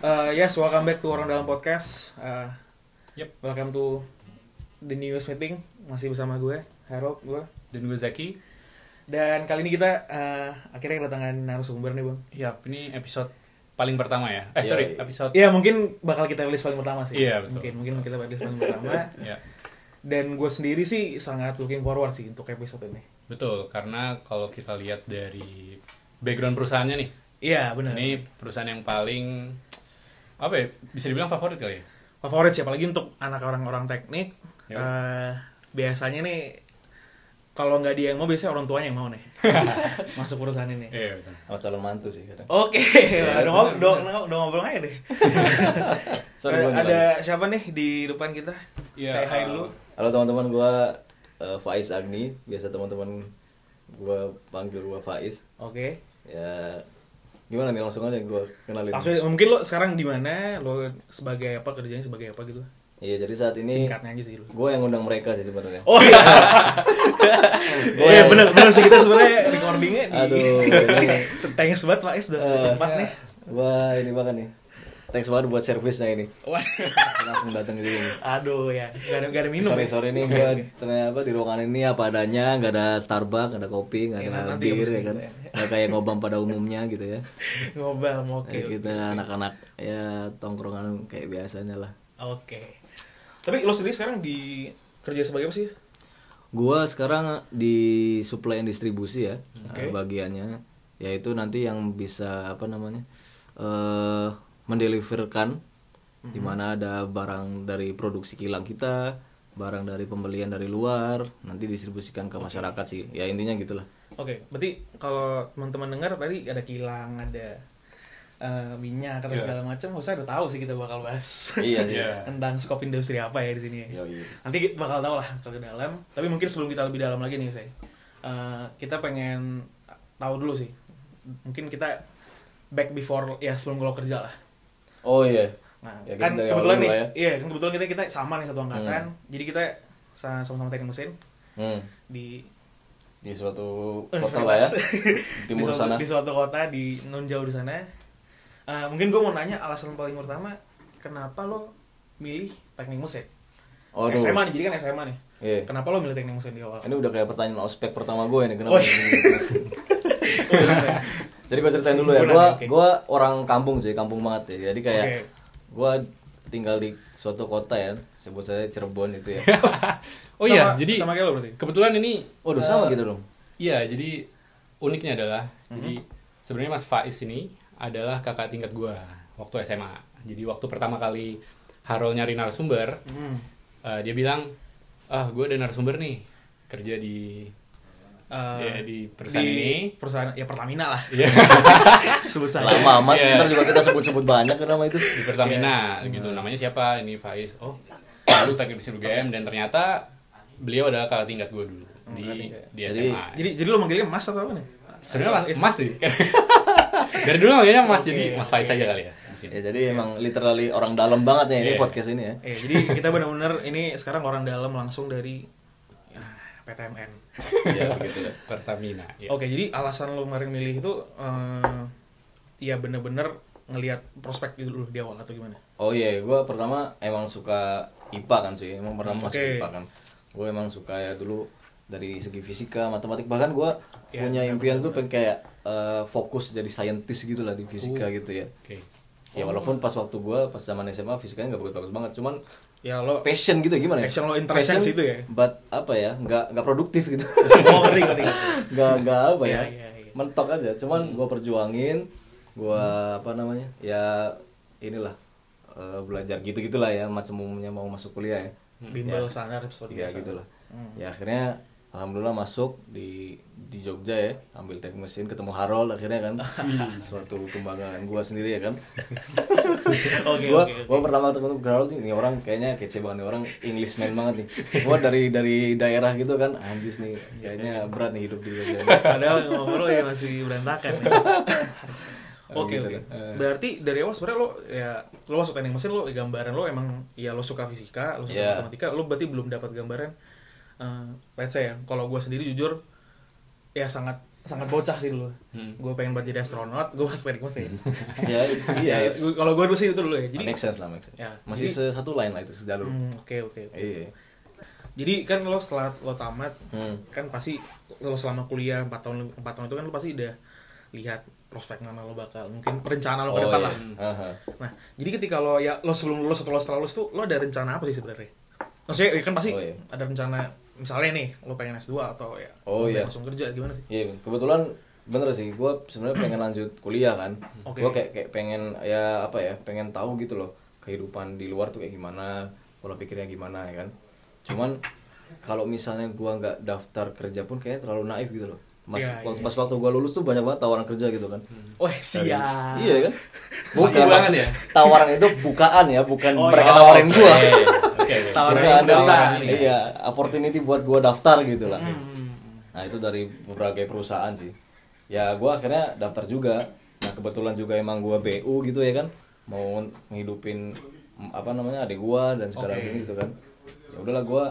Uh, yes, welcome back to Orang Dalam Podcast. Uh, Yep. Welcome to the news meeting. Masih bersama gue, Harold gue. Dan gue Zaki. Dan kali ini kita uh, akhirnya kedatangan narasumber nih, Bang. Ya, ini episode paling pertama ya. Eh, Iya, sorry, iya. episode Iya, mungkin bakal kita rilis paling pertama sih. Iya, betul. Mungkin mungkin kita rilis paling pertama. ya. Dan gue sendiri sih sangat looking forward sih untuk episode ini. Betul, karena kalau kita lihat dari background perusahaannya nih, Iya, benar. ini perusahaan yang paling apa ya? Bisa dibilang favorit kali ya. Favorit sih apalagi untuk anak orang-orang teknik. Yep. Eh, biasanya nih kalau nggak dia yang mau biasanya orang tuanya yang mau nih masuk perusahaan ini. Iya, betul. sama calon mantu sih kadang. Oke, Ya, udah ngob- udah udah- udah ngobrol aja deh. Sorry, gua ada Eh, ada siapa nih di depan kita? Iya, Saya hai uh, dulu. Halo teman-teman, gua eh, Faiz Agni, biasa teman-teman gua panggil gua Faiz. Oke. Ya gimana nih langsung aja gua kenalin. Langsung mungkin lo sekarang di mana? Lo sebagai apa kerjanya sebagai apa gitu? Iya, jadi saat ini Singkatnya aja sih lo. gua yang undang mereka sih sebenarnya. Oh iya. Gua Iya yang- benar benar sih kita sebenarnya recordingnya di Aduh, ini. Thanks banget Pak Is udah Eh, tempat nih. Wah, ini banget nih. Thanks banget buat servisnya ini. Wah. Langsung datang ke sini. Aduh ya, gak ada, gak ada minum. Iya. Sorry ya. sorry nih gua ternyata apa di ruangan ini apa adanya, nggak ada Starbucks, nggak ada kopi, nggak Ya, ada nanti bir habis ya ini, kan. ya. Nggak kayak ngobam pada umumnya gitu ya. Ngobal, mau oke. Kayak kita anak-anak ya tongkrongan kayak biasanya lah. Oke. Tapi lo sendiri sekarang di kerja sebagai apa sih? Gua sekarang di supply and distribusi ya Oke. eh, bagiannya yaitu nanti yang bisa apa namanya eh mendeliverkan Mm-hmm. di mana ada barang dari produksi kilang kita, barang dari pembelian dari luar, nanti distribusikan ke masyarakat sih. Ya intinya gitulah. Oke, berarti kalau teman-teman dengar tadi ada kilang, ada eh, minyak atau Iya. segala macam, usah udah tahu sih kita bakal bahas Iya sih. Iya. tentang skop industri apa ya di sini. ya. Yoi. Nanti kita bakal tahu lah kalau ke dalam. Tapi mungkin sebelum kita lebih dalam lagi nih saya, eh, kita pengen tahu dulu sih. Mungkin kita back before ya sebelum lo kerja lah. Oh iya. Nah, Ya, kita kan dari kebetulan awal nih, dulu ya. iya kan kebetulan kita kita sama nih satu angkatan, jadi kita sa- sama-sama teknik mesin Hmm. di Di suatu Oh, kota lah ya. universitas di, Eh, Timur suatu, sana. di suatu kota di non jauh di sana. Eh, mungkin gue mau nanya alasan paling pertama kenapa lo milih teknik mesin? Aduh. SMA nih, jadi kan SMA nih. Iya. Kenapa lo milih teknik mesin di awal? Ini udah kayak pertanyaan ospek pertama gue ini kenapa? Oh, iya. Jadi gue ceritain dulu ya, Himpunan, gue oke. gua orang kampung sih, kampung banget ya. Jadi kayak Oke. gue tinggal di suatu kota ya, sebut saja Cirebon itu ya. Oh Sama- iya, jadi sama kayak lo berarti. kebetulan ini eh, Waduh sama gitu dong. Iya, jadi uniknya adalah jadi sebenarnya Mas Faiz ini adalah kakak tingkat gua waktu SMA. Jadi waktu pertama kali Harol nyari narasumber, Hmm. eh, dia bilang, "Ah, gua ada narasumber nih kerja di Eh, ya, di perusahaan di ini." perusahaan ya Pertamina lah Iya, sebut saja. Lama amat, Iya. ntar juga kita sebut-sebut banyak kan nama itu. di Pertamina gitu. Namanya siapa? Ini Faiz. Oh, baru teknik mesin UGM dan ternyata beliau adalah kakak tingkat gua dulu di di Jadi- SMA. Jadi jadi lo manggilnya Mas atau apa nih? sebenarnya Mas, Mas sih. Dari dulu namanya Mas Oke, jadi Mas Faiz oke. aja kali ya. di sini. Ya jadi emang literally orang dalam banget ya ini Iya. podcast ini ya. Eh, jadi kita benar-benar ini sekarang orang dalam langsung dari ah, PTMN. Iya begitu. ya. Gitu. Pertamina. Ya. Oke, jadi alasan lo kemarin milih itu eh, ya bener-bener ngelihat prospek gitu dulu di awal atau gimana? Oh iya, gua pertama emang suka IPA kan sih, emang pertama masuk Hmm, Oke. IPA kan. Gue emang suka ya dulu dari segi fisika, matematik bahkan gua Ya, punya impian tuh pengen kayak eh, fokus jadi scientist gitu lah di Uh. fisika gitu ya. Oke. Ya Oh. walaupun pas waktu gua pas zaman SMA fisikanya nggak bagus-bagus banget, cuman Ya lo passion gitu ya, gimana ya? Passion lo, interest-nya ke Passion, situ ya? But apa ya? nggak nggak produktif gitu. mau Oh, ngeri ngeri. nggak nggak apa Iya, ya? iya, iya. Mentok aja, cuman gua perjuangin, gua apa namanya? Ya inilah eh, belajar gitu-gitulah ya macam umumnya mau masuk kuliah ya. Bimbel standar episode Ya biasa. gitulah. Ya akhirnya alhamdulillah masuk di di Jogja ya, ambil teknik mesin ketemu Harold akhirnya kan. Suatu kembangan gua sendiri ya kan. Oke gua oke. gua pertama ketemu Harold nih, ini orang kayaknya kece banget nih orang Englishman banget nih. Gua dari dari daerah gitu kan, anjis nih kayaknya berat nih hidup di Jogja. Padahal ngobrol ya masih berantakan. ya. Oke Gitu oke. deh. Berarti dari awal sebenarnya lo ya lo masuk teknik mesin lo gambaran lo emang ya lo suka fisika, lo suka Iya. matematika, lo berarti belum dapat gambaran. eh let's say ya, kalau gue sendiri jujur ya sangat sangat bocah sih dulu. Hmm. Gue pengen buat jadi astronot, gue masuk teknik mesin. ya Ya, iya gua- kalau gue dulu sih itu dulu ya. Jadi make sense lah make sense Ya, masih satu line lah itu sejalur Hmm, oke oke. iya Jadi kan lo setelah lo tamat hmm. kan pasti lo selama kuliah 4 tahun 4 tahun itu kan lo pasti udah lihat prospek mana lo bakal mungkin rencana lo ke depan iya. lah. Aha. Nah, jadi ketika lo ya lo sebelum lulus atau lo setelah lulus tuh lo ada rencana apa sih sebenarnya? Maksudnya ya kan pasti Oh, iya. ada rencana misalnya nih lo pengen S2 atau ya lo Oh, iya. pengen langsung kerja gimana sih? Iya, kebetulan bener sih, gue sebenarnya pengen lanjut kuliah kan. Oke. Gue kayak kayak pengen ya apa ya, pengen tahu gitu loh kehidupan di luar tuh kayak gimana, pola pikirnya gimana ya kan. Cuman kalau misalnya gue nggak daftar kerja pun kayaknya terlalu naif gitu loh. Mas, Iya, wak- iya. Hmm. pas waktu gue lulus tuh banyak banget tawaran kerja gitu kan. Wah, Oh, siap. Iya kan? Bukan maksud- ya? Tawaran itu bukaan ya, bukan Oh, mereka iya. nawarin oke. gue. Oke, oke. Tawaran Bukan, yang dari tawaran, tangan, ya. iya, opportunity buat gue daftar gitu lah. Hmm. Nah itu dari berbagai perusahaan sih. Ya gue akhirnya daftar juga. Nah kebetulan juga emang gue BU gitu ya kan, mau ngehidupin mm, apa namanya adik gue dan segala Oke. gini gitu kan. Ya udahlah gue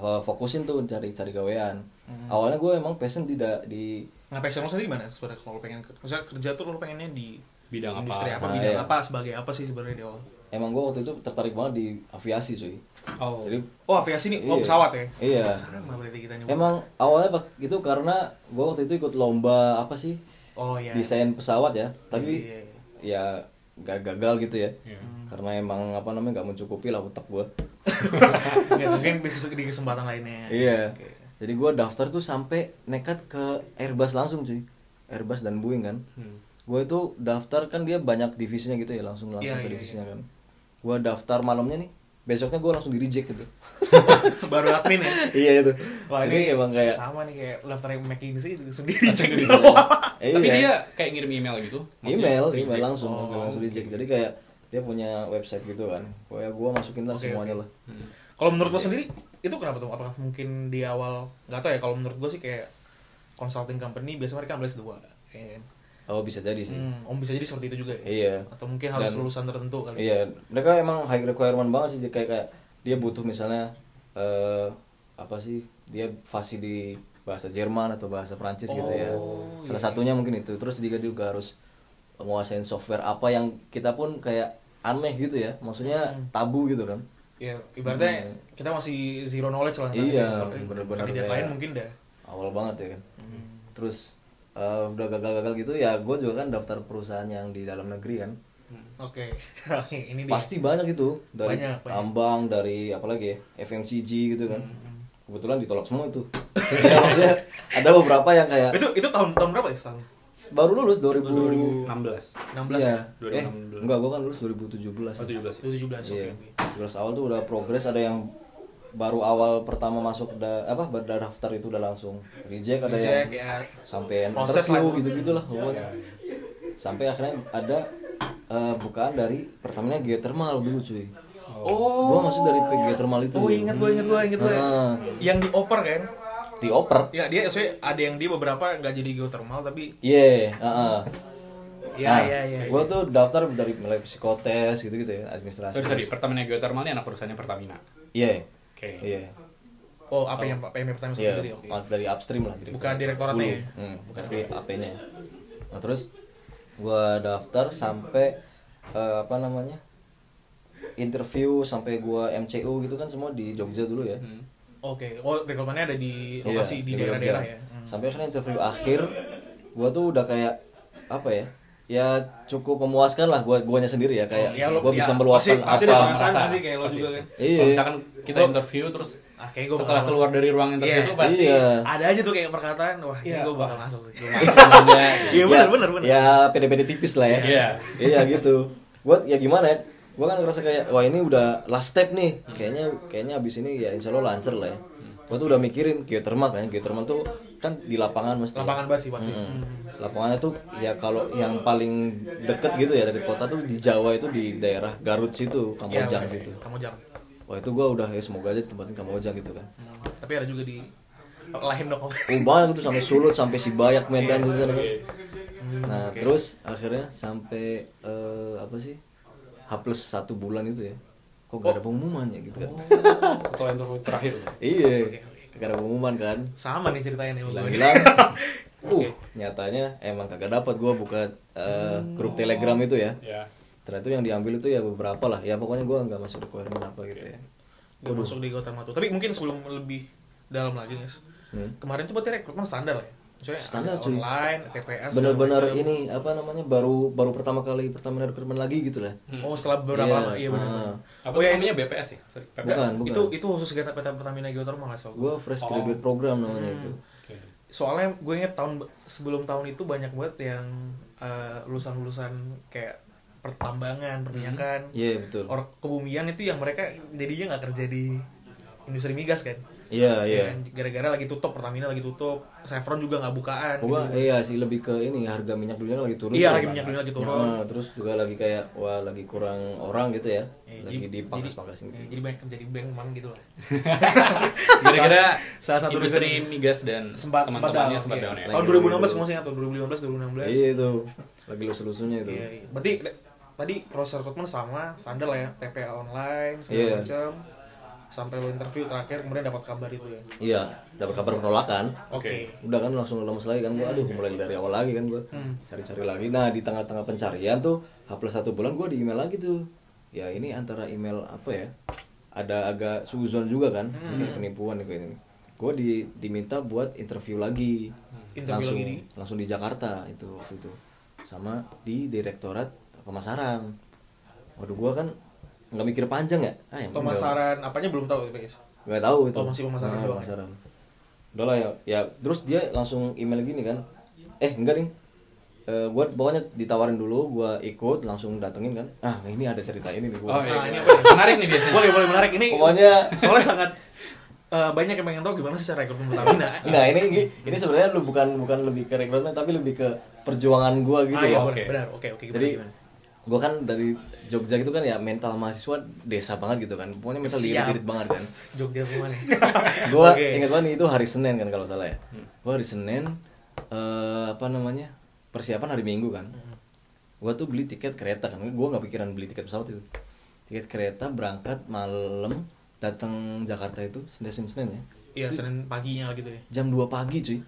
fokusin tuh cari cari gawean. Hmm. Awalnya gue emang passion tidak di Nah, passion lo sendiri gimana sebenarnya kalau lo pengen ke- maksudnya kerja tuh lo pengennya di Bidang apa? industri apa, Nah, bidang iya. apa, sebagai apa sih sebenarnya di awal? emang gue waktu itu tertarik banget di aviasi cuy. Oh. Jadi Oh, aviasi nih, oh Iya. pesawat ya. Iya. Sama berarti kita nyebut. emang awalnya bak- itu karena gue waktu itu ikut lomba apa sih Oh iya. desain pesawat ya, tapi Iya, iya. ya gak gagal gitu ya Iya. karena emang apa namanya nggak mencukupi lah otak gue Nggak, mungkin bisa di kesempatan lainnya. iya Oke. jadi gue daftar tuh sampai nekat ke Airbus langsung cuy Airbus dan Boeing kan Hmm. gue itu daftar kan dia banyak divisinya gitu ya langsung langsung Iya, ke iya, divisinya kan gue daftar malamnya nih besoknya gue langsung di reject gitu Baru admin ya. iya itu Wah, ini jadi emang kayak sama nih kayak daftar McKinsey sendiri cek di Eh, Tapi iya. dia kayak ngirim email gitu. maksudnya email reject. email langsung Oh, langsung reject jadi kayak dia punya website gitu kan pokoknya gue masukin lah Oke, semuanya oke. lah Hmm. Kalau menurut lo sendiri itu kenapa tuh? Apakah mungkin di awal nggak tau ya? Kalau menurut gue sih kayak consulting company biasanya mereka ambil S2 kayaknya kan. oh bisa jadi sih Hmm, om bisa jadi seperti itu juga ya? iya Atau mungkin harus Dan- lulusan tertentu kali. ya? Iya, mereka emang high requirement banget sih jadi kayak kayak dia butuh misalnya eh apa sih? Dia fasih di bahasa Jerman atau bahasa Perancis gitu ya. Oh, Salah satunya mungkin itu. Terus juga juga harus menguasain software apa yang kita pun kayak aneh gitu ya. Maksudnya Hmm. tabu gitu kan. Ya, ibaratnya kita masih zero knowledge lah. Hmm. Iya, Tapi bener-bener kandidat kayak- lain mungkin dah. Awal banget ya kan. Hmm. Terus eh, udah gagal-gagal gitu ya gue juga kan daftar perusahaan yang di dalam negeri kan Oke. Ini dia. pasti banyak itu dari Banyak, Hmm, banyak. tambang dari apalagi ya FMCG gitu kan kebetulan ditolak semua itu ya, maksudnya ada beberapa yang kayak Itu itu tahun tahun berapa ya? Tahun baru lulus 2000, 2016. 16 Iya. ya? eh 2016. enggak gua kan lulus 2017 Oh, ya. 17 ya. 17 Iya. oke. 17 awal tuh udah progres ada yang baru awal pertama masuk da, apa daftar itu udah langsung reject ada Cek yang ya. sampai Proses lah. interview gitu gitulah pokoknya sampai akhirnya ada eh, bukaan dari pertamanya geothermal dulu cuy Oh. gua masuk dari geothermal itu Oh ingat gue ingat gue ingat gue. Ah. Yang dioper kan? dioper Ya dia saya ada yang dia beberapa nggak jadi geothermal tapi Iya, heeh. ya Nah, ya ya. Gua tuh daftar dari mulai psikotes gitu-gitu ya, administrasi. Sorry, sorry. Pertamina Geothermal ini anak perusahaannya Pertamina. Iya. Oke. Iya. Oh apa yang Pak PM pertama Iya, sendiri? mas dari upstream lah direktur. Bukan direktoratnya ya? Hmm, tapi AP-nya. Nah, terus gua daftar sampai eh, apa namanya? interview sampai gua MCU gitu kan semua di Jogja dulu ya. Hmm. Oke. Oh rekrutmennya ada di Iya, lokasi di daerah-daerah Jogja. ya. Hmm. Sampai akhirnya interview akhir, gua tuh udah kayak apa ya? Ya cukup memuaskan lah gua guanya sendiri ya kayak Ya, lo- gua ya, bisa meluaskan pasti, apa pasti ada perasaan Rasa. nggak sih kayak lo Pasti, juga pasti. kan? Iya. Kalau misalkan kita interview terus Ah, kayak gua setelah bakal keluar dari ruang interview Iya. itu pasti Iya. Ada aja tuh kayak perkataan wah ini Iya. gue bakal masuk sih. semuanya Iya benar benar benar. Ya pede-pede tipis lah ya. Iya. Iya gitu. Gua ya gimana ya? Gua kan ngerasa kayak wah ini udah last step nih. Kayaknya kayaknya abis ini ya insya Allah lancar lah ya. Gua tuh udah mikirin geothermal kan. Geothermal tuh kan di lapangan mesti. Lapangan banget sih pasti. Mm-mm. Lapangannya tuh ya kalau yang paling deket gitu ya dari kota tuh di Jawa itu di daerah Garut situ, Iya, Kamojang oke. situ. Kamu jang. Wah itu gua udah ya semoga aja ditempatin Kamojang gitu kan. Tapi ada juga di lain dong. Oh banyak itu sampai Sulut sampai Sibayak Medan gitu kan. Oke. Nah terus akhirnya sampai eh, apa sih H plus satu bulan itu ya kok gak ada pengumumannya gitu kan setelah interview terakhir iya gak ada pengumuman kan Sama nih ceritanya nih. bilang Uh, nyatanya emang kagak dapat gua buka eh, grup Telegram itu ya. Ya. Ternyata yang diambil itu ya beberapa lah. Ya pokoknya gua nggak masuk requirement apa gitu ya. Gak masuk di Gotham Matu. Tapi mungkin sebelum lebih dalam lagi nih, Guys. kemarin tuh berarti rekrutmen standar lah ya. Maksudnya Hmm. Standar, ada cuy. online, TPS, segala Bener-bener macam. ini apa namanya baru baru pertama kali pertama rekrutmen lagi gitu lah. Oh setelah beberapa Iya, lama, iya benar. ah. Apa oh ya ini namanya BPS ya? Sorry, PPS. Bukan, bukan. itu itu khusus kita peta Pertamina Geothermal nggak soal. Gua fresh graduate program namanya itu. Hmm. Oke. Soalnya gue inget tahun sebelum tahun itu banyak banget yang eh, lulusan-lulusan kayak pertambangan, perminyakan, Iya, betul. orang kebumian itu yang mereka jadinya nggak kerja di industri migas kan Iya, iya. Ya, gara-gara lagi tutup Pertamina lagi tutup Chevron juga nggak bukaan Gua gitu. iya sih lebih ke ini harga minyak dunia lagi turun. iya kan? lagi minyak dunia lagi turun Nah, terus juga lagi kayak wah lagi kurang orang gitu ya. Ya, lagi jadi- dipangkas-pangkasin Ya, gitu. jadi banyak kerja di bank man gitu lah Kira-kira Salah satu industri migas dan sempat sempat down teman-temannya sempat iya. down ya. tahun 2016 semua saya tuh 2015 2016 Iya itu. Lagi lusuh-lusuhnya itu. Iya, iya. berarti re- tadi proses rekrutmen sama standar lah ya TPA online segala Iya. macam sampai lo interview terakhir kemudian dapat kabar itu ya Iya, dapat kabar penolakan. oke Udah kan langsung lemes lagi kan gua aduh Iya, mulai dari awal lagi kan gua. Hmm. Cari-cari lagi. Nah, di tengah-tengah pencarian tuh H plus satu bulan gua di email lagi tuh. Ya ini antara email apa ya? Ada agak suzon juga kan, Hmm. kayak penipuan nih kayak ini. Gua di, diminta buat interview lagi. Hmm. Interview langsung, lagi di- langsung di Jakarta itu waktu itu. Sama di Direktorat Pemasaran. Waduh gua kan nggak mikir panjang ya. Ah, yang pemasaran apanya belum tahu ya, guys nggak tahu itu Oh, masih pemasaran Nah, doang ya? pemasaran udah lah ya ya terus dia langsung email gini kan eh enggak nih Eh, gua pokoknya ditawarin dulu gua ikut langsung datengin kan ah ini ada cerita ini nih Oh gua iya. Ah, ini Menarik nih biasanya. boleh boleh menarik ini pokoknya soalnya sangat eh, banyak yang pengen tahu gimana sih cara rekrutmen Pertamina enggak ini ini, ini sebenarnya lu bukan bukan lebih ke rekrutmen tapi lebih ke perjuangan gua gitu ah iya loh. boleh Oke. benar oke oke gimana, jadi gimana? gua kan dari Jogja gitu kan ya mental mahasiswa desa banget gitu kan pokoknya mental Siap. lirit-lirit banget kan Jogja semua nih gue Oke. Hmm. ingat banget itu hari Senin kan kalau salah ya gue hari Senin eh, apa namanya persiapan hari Minggu kan Hmm. gue tuh beli tiket kereta kan gue nggak pikiran beli tiket pesawat itu tiket kereta berangkat malam datang Jakarta itu Senin Senin ya iya senin paginya gitu ya jam 2 pagi cuy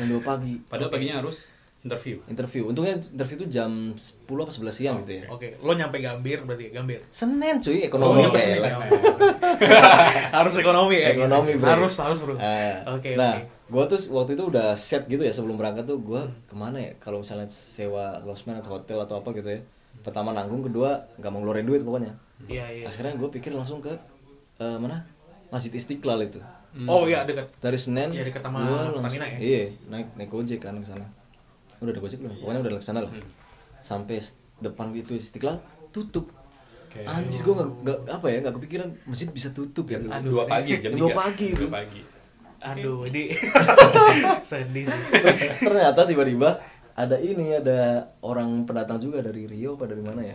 jam 2 pagi Padahal paginya harus interview. interview untungnya interview itu jam 10 apa 11 siang gitu ya oke lo nyampe gambir berarti ya gambir Senin Oh, cuy ekonomi nyampe kayak gitu. Senin. lah. harus ekonomi ya ekonomi bro. harus harus bro oke Eh, oke nah gue tuh waktu itu udah set gitu ya sebelum berangkat tuh gue kemana ya kalau misalnya sewa losmen atau hotel atau apa gitu ya pertama nanggung kedua nggak mau ngeluarin duit pokoknya iya iya akhirnya gue pikir langsung ke eh, mana masjid istiqlal itu Hmm. oh iya dekat dari Senin Iya, dekat sama gua langsung- Pertamina ya? iya naik naik gojek kan ke sana udah ada gojek belum pokoknya udah ke sana lah Hmm. sampai s- depan itu istiqlal tutup Oke. anjir gue nggak nggak apa ya nggak kepikiran masjid bisa tutup ya Dua pagi jam Dua tiga. pagi itu. Dua pagi. aduh di sedih sih Terus ternyata tiba-tiba ada ini ada orang pendatang juga dari Rio apa dari mana ya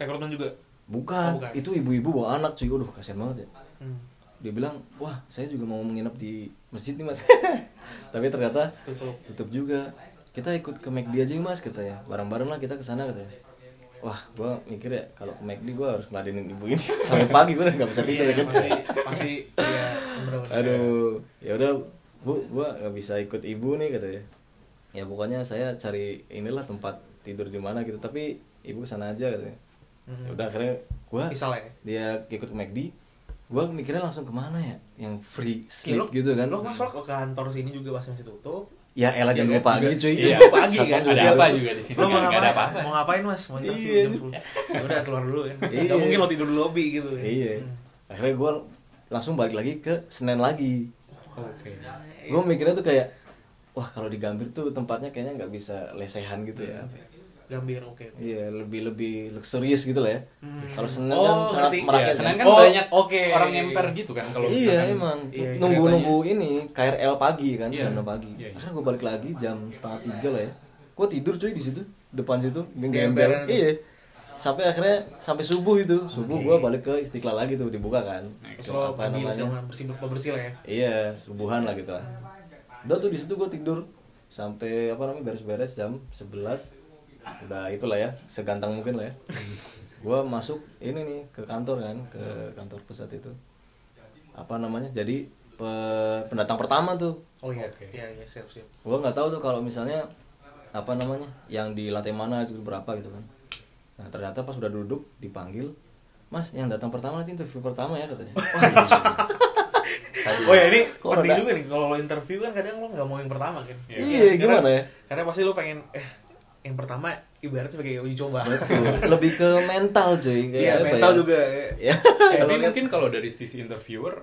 rekrutmen Eh, juga bukan, Oh, bukan. itu ibu-ibu bawa anak cuy aduh kasihan banget ya Hmm. dia bilang wah saya juga mau menginap di masjid nih mas tapi ternyata tutup tutup juga kita ikut ke McD aja yuk, mas katanya bareng-bareng lah kita ke sana katanya wah gua mikir ya kalau ke McD gua harus ngeladenin ibu ini sampai pagi gua nggak bisa tidur iya kan masih masih iya bener-bener. aduh ya udah bu gua nggak bisa ikut ibu nih katanya ya pokoknya saya cari inilah tempat tidur di mana gitu tapi ibu sana aja katanya ya udah akhirnya gua Misal ya dia ikut ke McD gua mikirnya langsung kemana ya yang Lo- free sleep gitu kan lo mas lo ke kantor sini juga pasti masih tutup ya elah jam Iya, dua pagi cuy Iya. Dua pagi kan? Satpam juga Ada apa harus- juga di sini? lo mau Nggak- nggak ngapain ada apa-apa. mau ngapain mas mau interview Iya. jam 10. Ya udah keluar dulu kan Iya. nggak mungkin lo tidur di lobby gitu ya iya akhirnya gua langsung balik lagi ke Senen lagi Oke. gue mikirnya tuh kayak wah kalau di Gambir tuh tempatnya kayaknya nggak bisa lesehan gitu ya apa ya. gambir oke Iya, lebih lebih luxurious gitu lah ya. Kalau Senin kan Oh, ngerti. sangat Iya, merakyat Senin kan. kan Oh, banyak oke. orang ngemper gitu kan kalau iya, misalkan- emang Iya, iya, nunggu-nunggu ini KRL pagi kan, Iya. jam enam pagi. Iya, iya. Akhirnya gue balik lagi jam setengah tiga lah ya. Gue tidur cuy di situ, depan situ, Gemberan. genggember. Iya. Sampai akhirnya sampai subuh itu, subuh gue balik ke Istiqlal lagi tuh dibuka kan. terus Ke lo pagi sama bersih bersih lah ya Iya, subuhan lah gitu lah. Udah tuh di situ gue tidur sampai apa namanya beres-beres jam 11 udah itulah ya segantang mungkin lah ya gue masuk ini nih ke kantor kan ke kantor pusat itu apa namanya jadi pe- pendatang pertama tuh Oh iya, Oke. iya iya siap siap. gua nggak tahu tuh kalau misalnya apa namanya yang di lantai mana di berapa gitu kan nah ternyata pas udah duduk dipanggil mas yang datang pertama nanti interview pertama ya katanya Wah, iya sih. Oh ya ini Kok penting rada- juga nih kalau lo interview kan kadang lo nggak mau yang pertama kan. Iya. iya Karena- gimana ya Karena pasti lo pengen eh yang pertama ibaratnya sebagai uji coba. Betul. lebih ke mental cuy Kayak Iya apa mental ya? juga. ya Kayak Tapi lo liat, mungkin kalau dari sisi interviewer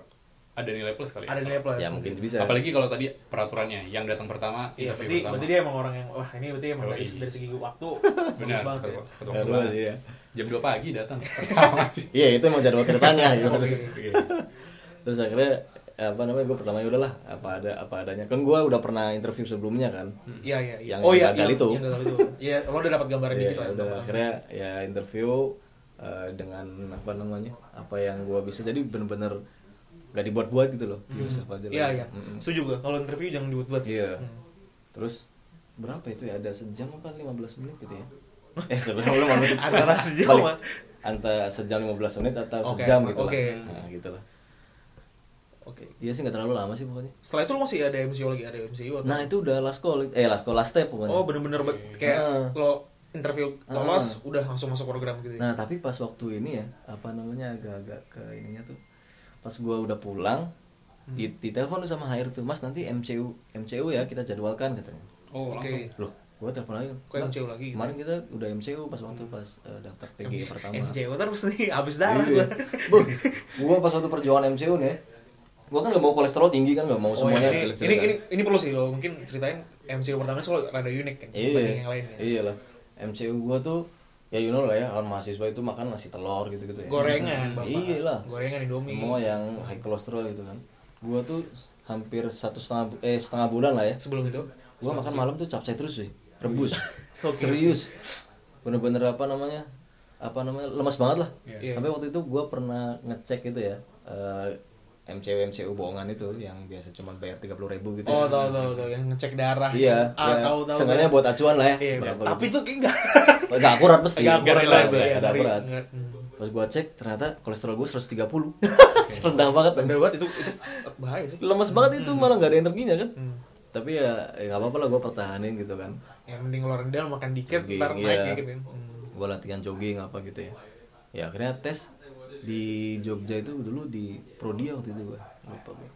ada nilai plus kali. ya? ada nilai plus. ya mungkin bisa Apalagi kalau tadi peraturannya yang datang pertama Iya, berarti, interview berarti pertama. dia emang orang yang wah ini berarti emang dari, Yoi. dari segi waktu Benar. bagus banget ya. ketua- ketua Baru ketua. aja, iya. Jam 2 pagi datang pertama sih. Iya itu emang jadwal kedepannya gitu. Oke. Terus akhirnya apa namanya gue pertama ya udahlah apa ada apa adanya kan gue udah pernah interview sebelumnya kan Iya iya. iya. Yang oh iya gagal yang- itu. Yang gagal itu. Iya lo udah dapat gambaran Iya, dikit lah. udah akhirnya ya interview eh, dengan apa namanya apa yang gue bisa jadi bener-bener gak dibuat-buat gitu loh yourself aja lah. Iya iya. Mm-mm. Setuju gue kalau interview jangan dibuat-buat sih. Iya. Hmm. terus berapa itu ya ada sejam apa 15 menit gitu ya eh sebelum belum belum. Antara sejam Balik. apa? antara sejam 15 menit atau Oke, sejam gitu oke. lah nah, gitu lah Oke. Iya sih nggak terlalu lama sih pokoknya. Setelah itu lo masih ada MCU lagi ada MCU atau? Nah itu udah last call, eh last call last step pokoknya. Oh bener-bener be- kayak Nah. lo interview lolos udah langsung masuk program gitu. ya? Ah. Nah tapi pas waktu ini ya apa namanya agak-agak ke ininya tuh pas gua udah pulang Hmm. di, ditelepon tuh sama HR tuh mas nanti MCU MCU ya kita jadwalkan katanya. Oh, Oke. langsung. Loh gua telepon lagi. ya? Kok "Mbak, MCU lagi gitu?" Kemarin kita udah MCU pas waktu pas eh, daftar PG pertama. MCU Eh, terus nih abis darah Iya. gue. Bu, gua pas waktu perjuangan MCU nih, gua kan gak mau kolesterol tinggi kan gak mau semuanya ini, jelek-jelek Oh, iya. ini, kan. ini, ini perlu sih lo mungkin ceritain MCU pertama soalnya rada unik kan dibanding Iya. yang lain. Ya. Iya lah. MCU gua tuh ya you know lah ya, orang mahasiswa itu makan nasi telur gitu-gitu ya. Gorengan, bapak. Iya lah. Gorengan Indomie. Semua yang high cholesterol gitu kan. Gua tuh hampir satu setengah bu- eh setengah bulan lah ya. Sebelum itu. Gua makan malam tuh capcay terus sih, rebus. Serius. Bener-bener apa namanya? Apa namanya? Lemas banget lah. Iya. Sampai waktu itu gua pernah ngecek gitu ya. eh, MCU MCU bohongan itu yang biasa cuma bayar 30.000 ribu gitu. Oh ya. tahu tahu tahu yang ngecek darah. Iya, Ah, ya, tahu tahu. seenggaknya buat acuan lah ya. Iya, berapa tapi gitu. tuh kayak enggak. Agak akurat pasti. Agak akurat lah, Ada- iya, ada ngeri, akurat. ngeri. Pas gua cek ternyata kolesterol gua 130. Rendah banget. Bener banget itu itu bahaya sih. Lemes banget itu malah nggak ada energinya kan. Hmm. Tapi ya ya nggak apa-apa lah gua pertahanin gitu kan. Ya mending lo rendah makan dikit Jogging, ntar iya. naik dikit kan. Hmm. Gua latihan jogging apa gitu ya. Ya akhirnya tes di Jogja itu dulu di Prodia waktu itu gua. Lupa gua.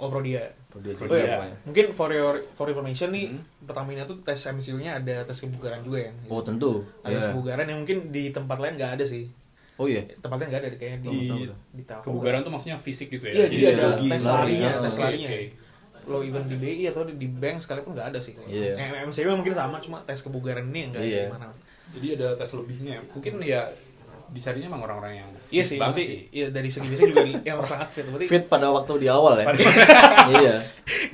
Oh pro dia. Prodia Jogja Oh iya, pokoknya. mungkin for your for information nih Pertamina tuh tes MCU-nya ada tes kebugaran juga ya. Hmm. Oh tentu. ada Iya. tes kebugaran yang mungkin di tempat lain nggak ada sih. Oh iya. Tempat lain nggak ada kayaknya di Di di Telkom. kebugaran tuh maksudnya fisik gitu ya. Iya, jadi Iya, ada jogging, tes lari. larinya, Ah, tes oke, larinya. ya. oke. Lo even di BI atau di bank sekalipun nggak ada sih. Eh, Iya. Yeah. MCU mungkin sama cuma tes kebugaran ini yang nggak Iya. ada di mana. Jadi ada tes lebihnya. Mungkin ya dicarinya emang orang-orang yang Iya fit sih, banget berarti sih. iya dari segi fisik juga di- yang sangat fit. Berarti Fit pada waktu di awal ya. iya.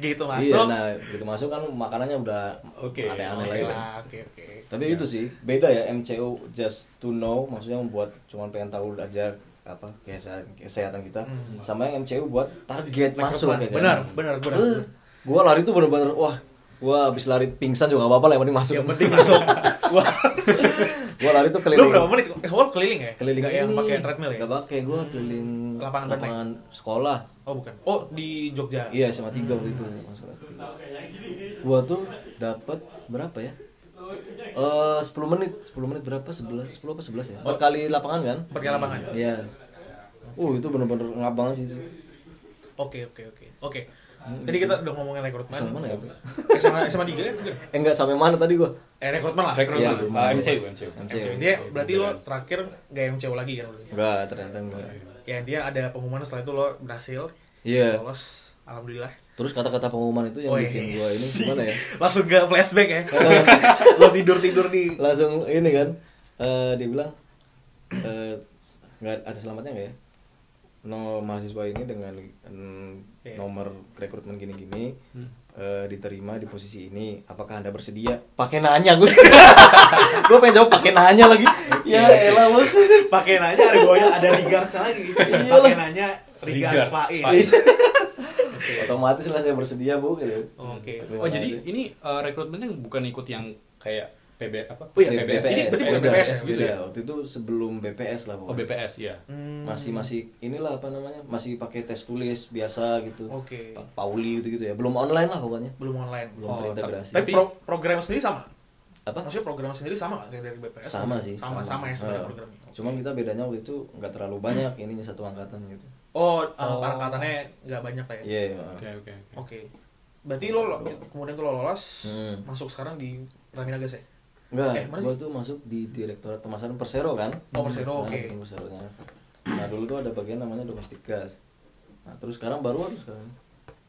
gitu Iya, masuk. nah gitu masuk kan makanannya udah Oke, Oke Nah, aneh-aneh lagi. lah. lah, oke oke. Tapi itu sih beda ya MCO just to know maksudnya membuat cuman pengen tahu aja apa kesehatan, kesehatan kita sama yang MCU buat target masuk ya kan. Hmm. Benar, benar, benar. Eh, gua lari tuh bener-bener wah gua habis lari pingsan juga gak apa-apa lah yang penting masuk. Yang penting masuk. Wah. gua lari tuh Lo keliling. berapa menit? Eh, lo keliling ya? Keliling Nggak yang ini. pakai treadmill ya? Nggak pakai gua keliling Lapangan lapangan, sekolah. Oh bukan. Oh di Jogja. Iya SMA 3 waktu itu masuk lagi. Gua tuh dapat berapa ya? Eh 10 menit, 10 menit berapa? 11, 10 apa 11 ya? 4 kali lapangan kan? Empat kali lapangan. Iya. Uh itu bener-bener ngap banget sih. itu. Oke oke oke oke. Tadi kita udah ngomongin rekrutmen. Sampai Hmm. mana ya? tuh? Eh, sama sama tiga kan? Bukan. Eh enggak sampai mana tadi gua? Eh rekrutmen lah. Rekrutmen, Iya, Ah, MCU, MCU. MCU. MCU. Intinya berarti lo terakhir gak yang MCU lagi kan? Enggak, ternyata enggak. Ya intinya ada pengumuman setelah itu lo berhasil Iya. lolos. Alhamdulillah. Terus kata-kata pengumuman itu yang Oh, bikin iya. gua ini gimana ya? Oh, iya. Langsung ke flashback ya. lo tidur tidur di. Langsung ini kan eh dibilang eh enggak ada selamatnya enggak ya? No mahasiswa ini dengan mm, Iya. Hmm. nomor rekrutmen gini-gini eh, diterima di posisi ini apakah anda bersedia pakai nanya gue gue pengen jawab pakai nanya lagi Iya. ya elah lu sih Pakai nanya ada goyang ada regards lagi. Iyalah. Pakai nanya regards Regards, Faiz. Faiz. otomatis lah saya bersedia bu gitu Oke. Oh, Oh jadi ini eh, rekrutmennya bukan ikut yang kayak PB apa? Oh iya, Di BPS. Jadi BPS. berarti bukan Udah, BPS ya, SBD. gitu ya? Iya, Waktu itu sebelum BPS lah Oh pokoknya. BPS ya. Hmm. Masih masih inilah apa namanya? Masih pakai tes tulis biasa Oh, gitu. Oke. Pa- Pauli gitu gitu ya. Belum online lah pokoknya. Belum online. Belum Oh, terintegrasi. Tapi, Tapi- pro- program sendiri sama. apa? Maksudnya program sendiri sama kan kayak dari BPS? Sama sih. Sama sama, ya sih. sebenarnya Eh, programnya. Oke. Cuman kita bedanya waktu itu nggak terlalu banyak ininya satu angkatan gitu. Oh, eh, perangkatannya nggak banyak lah ya. Iya. iya. Oke oke oke. Oke. Berarti lo lo- kemudian tuh lo lolos, Hmm. masuk sekarang di Pertamina Gas ya? Eh, Enggak, mana gua tuh masuk di Direktorat Pemasaran Persero kan. Oh, Persero, Nah, oke. di Perseronya. Nah, dulu tuh ada bagian namanya domestik gas. Nah, terus sekarang baru aduh sekarang.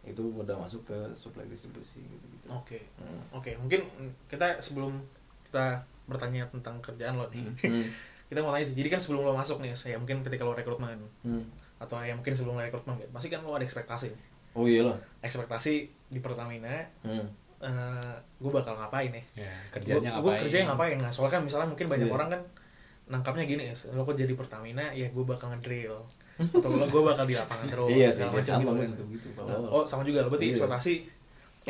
Itu udah masuk ke supply distribusi gitu-gitu. Oke. Hmm. Oke, mungkin mm, kita sebelum kita bertanya tentang kerjaan lo nih. Hmm. Kita mau tanya sih. Jadi kan sebelum lo masuk nih, saya mungkin ketika lo rekrutmen Hmm. atau ya mungkin sebelum lo rekrutmen kan, pasti kan lo ada ekspektasi. nih. Oh iyalah. Ekspektasi di Pertamina Hmm. eh gue bakal ngapain ya? Ya, kerjanya Gua- ngapain? gua kerjanya ngapain? Nah, soalnya kan misalnya mungkin banyak Iya. orang kan nangkapnya gini ya, lo kok jadi Pertamina, ya gue bakal ngedrill atau lo gue bakal di lapangan terus, iya sih, macam sama gitu gua kan. juga gitu. Nah, awal-awal. oh sama juga lo berarti Iya. ekspektasi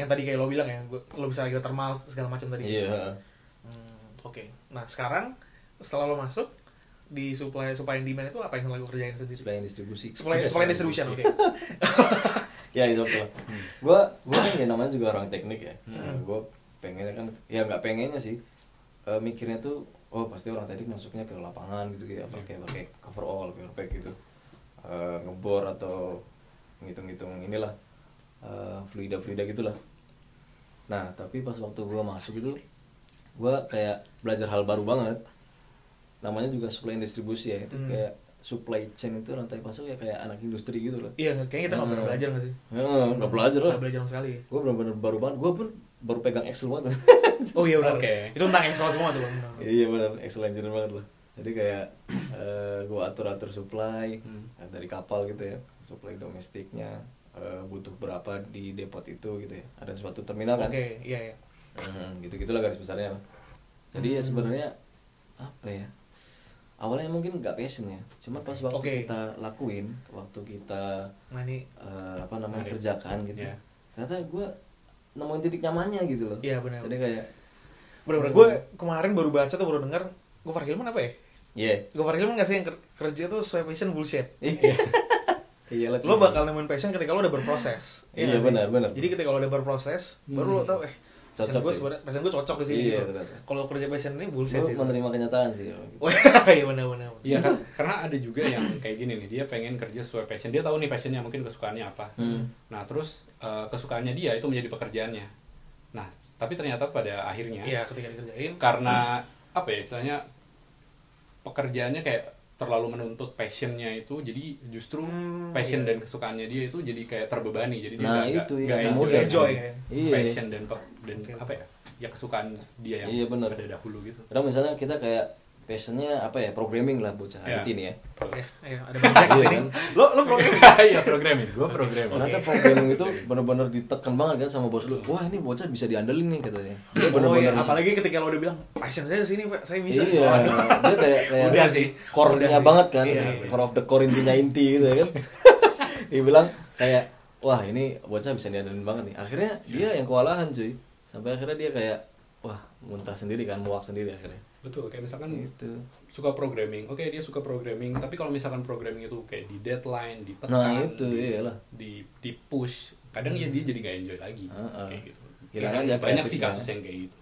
yang tadi kayak lo bilang ya gua- lo bisa geotermal segala macam tadi Iya. Hmm, oke nah sekarang setelah lo masuk di supply supply and demand itu apa yang lo kerjain sendiri Supply and distribusi. supply supply Oke, and supply and distribution oke ya itu apa gue gue kan ya namanya juga orang teknik ya gue pengennya kan ya nggak pengennya sih Eh, mikirnya tuh oh pasti orang teknik masuknya ke lapangan gitu ya pakai pakai coverall pakai gitu Eh, ngebor atau ngitung-ngitung inilah eh, fluida-fluida gitulah nah tapi pas waktu gue masuk itu gue kayak belajar hal baru banget namanya juga supply and distribusi ya itu Hmm. kayak supply chain itu rantai pasok ya kayak anak industri gitu loh iya nggak- kayaknya kita nggak pernah Hmm. belajar nggak sih Heeh, nggak belajar lah. nggak belajar sama sekali Gue bener-bener baru banget. Gue pun baru pegang Excel banget. oh iya benar Oke. itu tentang Excel semua tuh Bang. iya bener, Excel engineer banget lah. Jadi kayak gue atur-atur supply Hmm. eh, dari kapal gitu ya, supply domestiknya eh, butuh berapa di depot itu gitu ya. Ada suatu terminal kan? oke iya iya gitu gitulah garis besarnya. lah. Jadi Hmm. ya sebenarnya apa ya? Awalnya mungkin nggak passion ya, cuma pas waktu Oke. kita lakuin, waktu kita nah ini eh, apa namanya Menarik. kerjakan gitu Iya. ternyata gue nemuin titik nyamannya gitu loh Iya, benar. jadi kayak bener-bener gue kemarin baru baca tuh baru dengar Gofar Hilman apa ya iya Gofar Hilman nggak sih yang ker- kerja tuh sesuai passion bullshit iya iyalah Iya, lo cuy. bakal nemuin passion ketika lo udah berproses Iya, nggak sih? benar, benar. Hmm. jadi ketika lo udah berproses baru lo tau eh passion gue Cocok sih. sebenarnya passion gue cocok di sini Iya, gitu. benar. kalau kerja passion ini bullshit Lu sih menerima kenyataan sih gitu. Wah, iya benar benar benar. Iya kan, karena ada juga yang kayak gini nih, dia pengen kerja sesuai passion. Dia tahu nih passionnya mungkin kesukaannya apa. Hmm. Hmm. Nah terus eh, kesukaannya dia itu menjadi pekerjaannya. Nah tapi ternyata pada akhirnya iya ketika dikerjain karena apa ya istilahnya pekerjaannya kayak terlalu menuntut passionnya itu jadi justru Hmm, passion dan kesukaannya dia itu jadi kayak terbebani jadi dia Nah, nggak- itu nggak yang enjoy, mudah. Enjoy, ya. Iya. passion dan pe- dan Oke. apa ya ya kesukaan dia yang Iya, benar. pada dahulu gitu karena misalnya kita kayak passionnya apa ya programming lah bocah Iya. IT nih ya ya, ya ada banyak Iya, sini kan? lo lo pro iya programming gue programming ternyata programming itu bener-bener ditekan banget kan sama bos lu wah ini bocah bisa diandelin nih katanya oh, iya. dia bener-bener apalagi ketika lo udah bilang passion saya di sini Pak. saya bisa iya, Waduh. dia kayak kayak Udah sih. core-nya Udah sih. banget kan, Iya, iya. core of the core intinya inti gitu ya kan. dia bilang kayak wah ini bocah bisa diandelin banget nih. Akhirnya Iya. dia yang kewalahan cuy. Sampai akhirnya dia kayak wah muntah sendiri kan, muak sendiri akhirnya. betul kayak misalkan Gitu. suka programming oke dia suka programming tapi kalau misalkan programming itu kayak di deadline ditekan Nah, itu, di, iyalah. Hmm. di di push kadang ya dia jadi nggak enjoy lagi Heeh. kayak gitu Hilang Kan aja banyak sih kreatifnya. kasus yang kayak gitu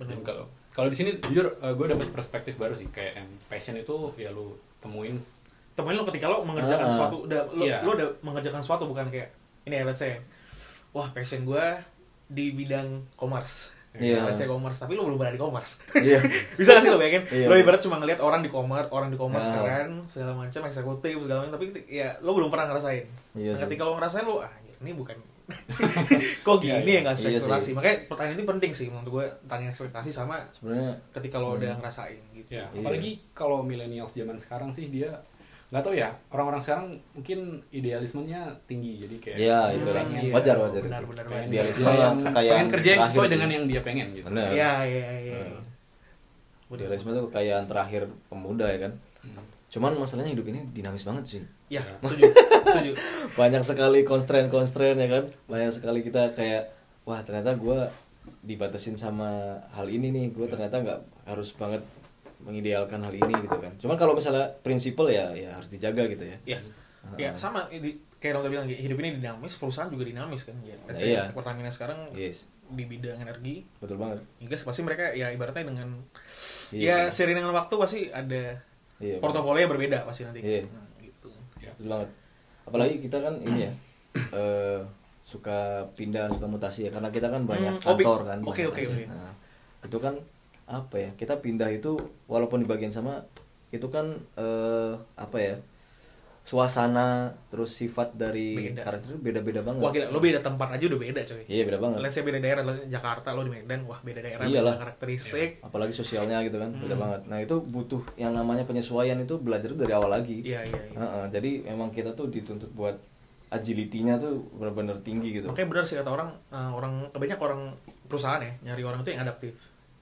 Dan kalau kalau di sini jujur gue dapet perspektif baru sih kayak em, passion itu ya lu temuin s- temen lo ketika lo mengerjakan Ah. suatu udah lo, Iya. lo udah mengerjakan suatu bukan kayak ini ya let's say wah passion gue di bidang commerce Iya. let's say commerce tapi lo belum pernah di commerce Iya. bisa gak sih lo bayangin Iya. lo ibarat cuma ngeliat orang di commerce orang di commerce Nah. keren segala macam eksekutif segala macam tapi keti- ya lo belum pernah ngerasain Iya Nah, sih. ketika lo ngerasain lo ah anjir, ini bukan kok gini ya Iya, nggak sesuai Iya ekspektasi sih. makanya pertanyaan itu penting sih menurut gue tanya ekspektasi sama Sebenarnya ketika lo udah Hmm. ngerasain gitu ya Iya. apalagi kalau millennials zaman sekarang sih dia nggak tahu ya orang-orang sekarang mungkin idealismenya tinggi jadi kayak ya itu lah. Iya. Wajar wajar. Benar, itu. benar, Dia pengen kerja Idealisme yang, kekayaan pengen kerja yang terakhir sesuai sih. dengan yang dia pengen gitu Benar. iya iya iya Nah. Idealisme itu kekayaan terakhir pemuda ya kan. Hmm. Cuman masalahnya hidup ini dinamis banget sih. ya setuju setuju banyak sekali constraint constraint ya kan banyak sekali kita kayak wah ternyata gua dibatasin sama hal ini Iya. nih gue ternyata nggak harus banget mengidealkan hal ini gitu kan cuman kalau misalnya prinsipal ya ya harus dijaga gitu Iya. ya Ya sama di, kayak Rangga bilang hidup ini dinamis, perusahaan juga dinamis kan. Ya, let's say Iya. Pertamina sekarang yes di bidang energi, betul banget juga pasti mereka ya ibaratnya dengan Iya, ya sering dengan waktu pasti ada Iya, portofolio yang berbeda pasti nanti. Iya. Nah, gitu. betul banget apalagi kita kan ini ya eh, suka pindah suka mutasi ya karena kita kan banyak Hmm, oh, bi- kantor kan oke, banyak oke, kantor. oke. Nah, itu kan apa ya kita pindah itu walaupun di bagian sama itu kan eh, apa ya suasana terus sifat dari Beda. karakter itu beda-beda banget Wah gila, lo beda tempat aja udah beda coy. iya beda banget Let's say beda daerah, lo Jakarta, lo di Medan, wah beda daerah, Iyalah. beda karakteristik. apalagi sosialnya gitu kan Hmm. beda banget nah itu butuh yang namanya penyesuaian itu belajar dari awal lagi Iya, iya, iya. Heeh, jadi memang kita tuh dituntut buat agility-nya tuh benar-benar tinggi gitu Makanya benar sih kata orang, eh, orang banyak orang perusahaan ya nyari orang itu yang adaptif,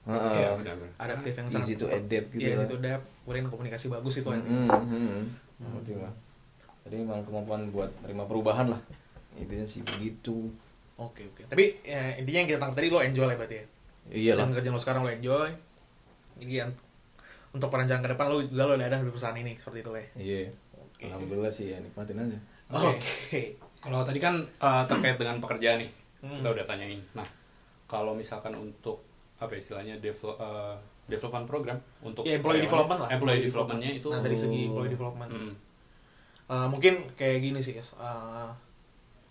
Heeh. Iya, benar-benar. adaptif yang Easy to adapt gitu Iya, ya. easy to adapt. Kemudian komunikasi bagus itu aja. Mm-mm, mm-mm. Yang penting lah. Jadi memang kemampuan buat terima perubahan lah. Intinya sih begitu. Oke oke. Tapi ya, intinya yang kita tangkap tadi lo enjoy lah berarti ya. Iyalah. Dan kerjaan lo sekarang lo enjoy. Jadi yang untuk perencanaan ke depan lo juga lo udah ada di perusahaan ini seperti itu lah. ya. Iya. Alhamdulillah sih ya nikmatin aja. Oke. Kalau tadi kan eh, terkait dengan pekerjaan nih, Hmm. kita udah tanyain. Nah, kalau misalkan untuk apa ya istilahnya devel- eh, development program untuk Ya, employee karyawannya- development lah. Employee developmentnya itu. Nah dari segi employee development, Hmm. Eh, mungkin kayak gini sih. eh,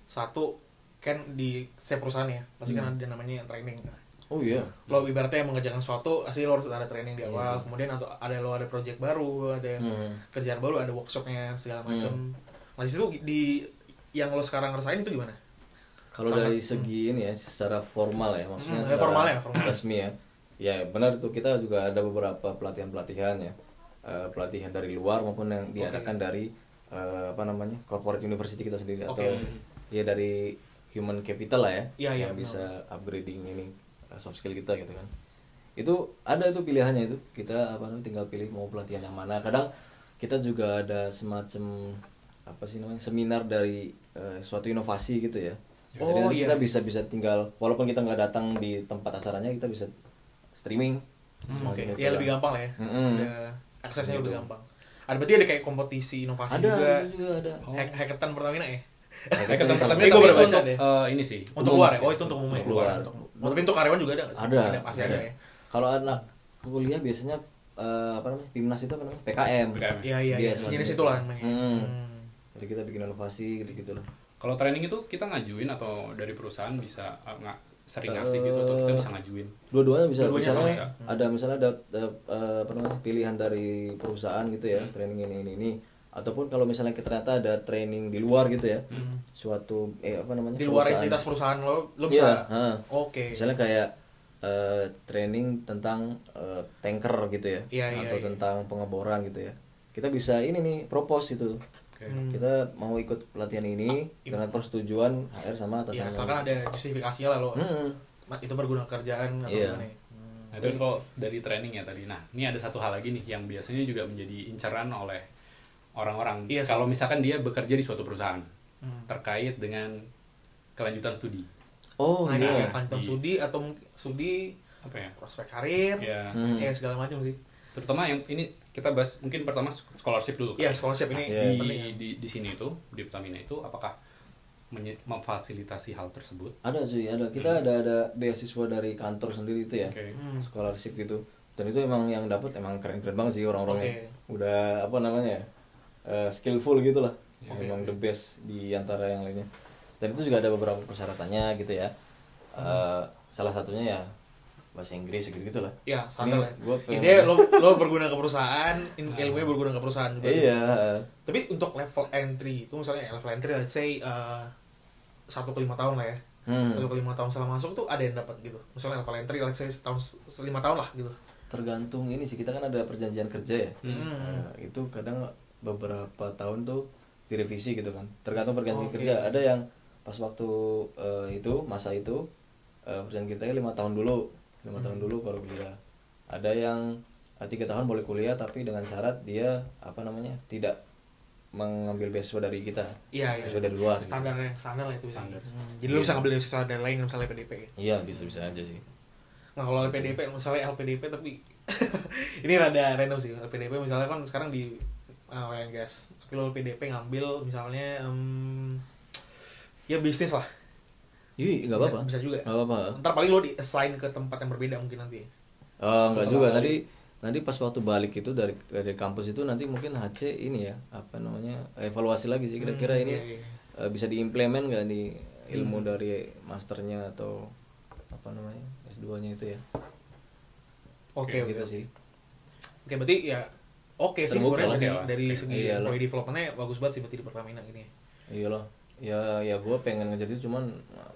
satu kan di setiap perusahaan ya pasti Mm. kan ada namanya yang training. Oh iya. Lo ibaratnya yang mengerjakan suatu, pasti lo harus ada training di awal. Kemudian atau ada lo ada project baru, ada Hmm. kerjaan baru, ada workshopnya segala macam. Nah di situ di yang lo sekarang ngerasain itu gimana? Kalau Sangat- dari segi ini ya secara formal ya maksudnya Hmm, secara formal ya, formal. resmi ya. Ya benar tuh kita juga ada beberapa pelatihan-pelatihan ya. Eh, pelatihan dari luar maupun yang diadakan dari eh, apa namanya? corporate university kita sendiri Oke, atau oke. ya dari human capital lah ya Iya, iya, yang bisa upgrading ini eh, soft skill kita gitu kan. Itu ada tuh pilihannya itu. Kita apa namanya tinggal pilih mau pelatihan yang mana. Kadang kita juga ada semacam apa sih namanya seminar dari eh, suatu inovasi gitu ya. Oh, Jadi nanti iya. kita bisa bisa tinggal walaupun kita nggak datang di tempat asarannya kita bisa streaming. gitu Hmm, Oke, Semuanya ya kita- lebih gampang lah ya. Mm-mm. Ada aksesnya lebih gampang. Ada berarti ada kayak kompetisi inovasi Gitu. Ada juga. Oh. itu juga ada. Hack hackathon Pertamina ya. Hackathon Hackathon salah Pertamina Iya. Tapi Ini gue gua baru baru baca Eh, baca deh. ini sih. Untuk umum luar ya. sih. Oh, itu untuk umum ya. Untuk luar. Untuk, oh, tapi untuk karyawan juga ada nggak sih? Ada. pasti ada, ya. Kalau anak kuliah biasanya eh, apa namanya? Timnas itu apa namanya? PKM. PKM. Iya, iya, iya. Biasa. Sejenis itulah namanya. Mm. Hmm. Jadi kita bikin inovasi gitu-gitu lah. Kalau training itu kita ngajuin atau dari perusahaan bisa eh, nga- sering ngasih gitu atau kita bisa ngajuin. Dua-duanya bisa. Dua-duanya misalnya bisa. ada misalnya ada eh, eh, apa namanya? pilihan dari perusahaan gitu Hmm. ya, training ini ini ini ataupun kalau misalnya kita ternyata ada training di luar gitu ya. Suatu eh apa namanya? Hmm. Di luar perusahaan. entitas perusahaan lo, lo Iya, bisa. heeh. Oke. misalnya kayak eh, training tentang eh, tanker gitu ya Iya, iya, atau iya. tentang pengeboran gitu ya kita bisa ini nih propose itu kita mau ikut pelatihan ini dengan persetujuan HR Ya, sama atasan Ah, iya. asalkan ada justifikasinya lah lo. Mm-mm. Ma- Itu berguna kerjaan atau Hmm. Iya. gimana ya. Hmm. Nah, itu kan kalau dari training ya tadi. Nah, ini ada satu hal lagi nih yang biasanya juga menjadi inceran oleh orang-orang. Iya sih. kalau misalkan dia bekerja di suatu perusahaan Hmm. terkait dengan kelanjutan studi. oh Nah, iya iya, kantor Iya. sudi atau mungkin sudi Apa ya? prospek karir, Ya, Hmm. ya segala macam sih. terutama yang ini kita bahas mungkin pertama scholarship dulu. Ya, kan. scholarship ini Iya. di, penting. di di sini itu di Pertamina itu apakah menye- memfasilitasi hal tersebut? ada sih ada kita ada ada beasiswa dari kantor sendiri itu ya Oke. Hmm. scholarship gitu dan itu emang yang dapat emang keren-keren banget sih orang-orangnya udah apa namanya eh, skillful gitu lah emang the best di antara yang lainnya dan itu juga ada beberapa persyaratannya gitu ya Hmm. Eh, salah satunya ya bahasa Inggris gitu gitulah Ya, standar Ini lah. gua pengen- Intinya lo, lo berguna ke perusahaan, in- ilmunya berguna ke perusahaan juga. iya Tapi untuk level entry itu misalnya ya, level entry let's say eh, satu ke lima tahun lah ya. Hmm. Satu ke lima tahun setelah masuk tuh ada yang dapat gitu. Misalnya level entry let's say tahun se- lima tahun lah gitu. tergantung ini sih kita kan ada perjanjian kerja ya Hmm. Eh, itu kadang beberapa tahun tuh direvisi gitu kan tergantung perjanjian Oke. kerja ada yang pas waktu eh, itu masa itu eh, perjanjian kita lima tahun dulu lima Hmm. tahun dulu baru kuliah ada yang eh, tiga tahun boleh kuliah tapi dengan syarat dia apa namanya tidak mengambil beasiswa dari kita Iya, iya. beasiswa dari luar gitu. standar yang standar lah itu bisa. Standar. Hmm, jadi lu bisa ngambil dari siswa dari lain misalnya PDP gitu. iya bisa bisa aja sih Nah kalau LPDP misalnya LPDP tapi ini rada random sih LPDP misalnya kan sekarang di uh, oil and gas tapi lo LPDP ngambil misalnya em, ya bisnis lah iya nggak Bisa- apa-apa bisa juga. nggak apa-apa ntar paling lo di assign ke tempat yang berbeda mungkin nanti Eh, Setelah nggak juga balik. tadi nanti pas waktu balik itu dari dari kampus itu nanti mungkin HC ini ya apa namanya evaluasi lagi sih Ya, kira-kira Hmm, ini iya, Hmm. iya. eh, bisa diimplement nggak nih ilmu dari masternya atau apa namanya S2-nya itu ya oke Kayak oke gitu sih oke berarti ya oke sih Terbuka sebenarnya lah, dari, oke lah. dari segi Iya, lo. employee developmentnya bagus banget sih berarti di Pertamina ini iya loh ya ya gue pengen ngejar itu cuman eh,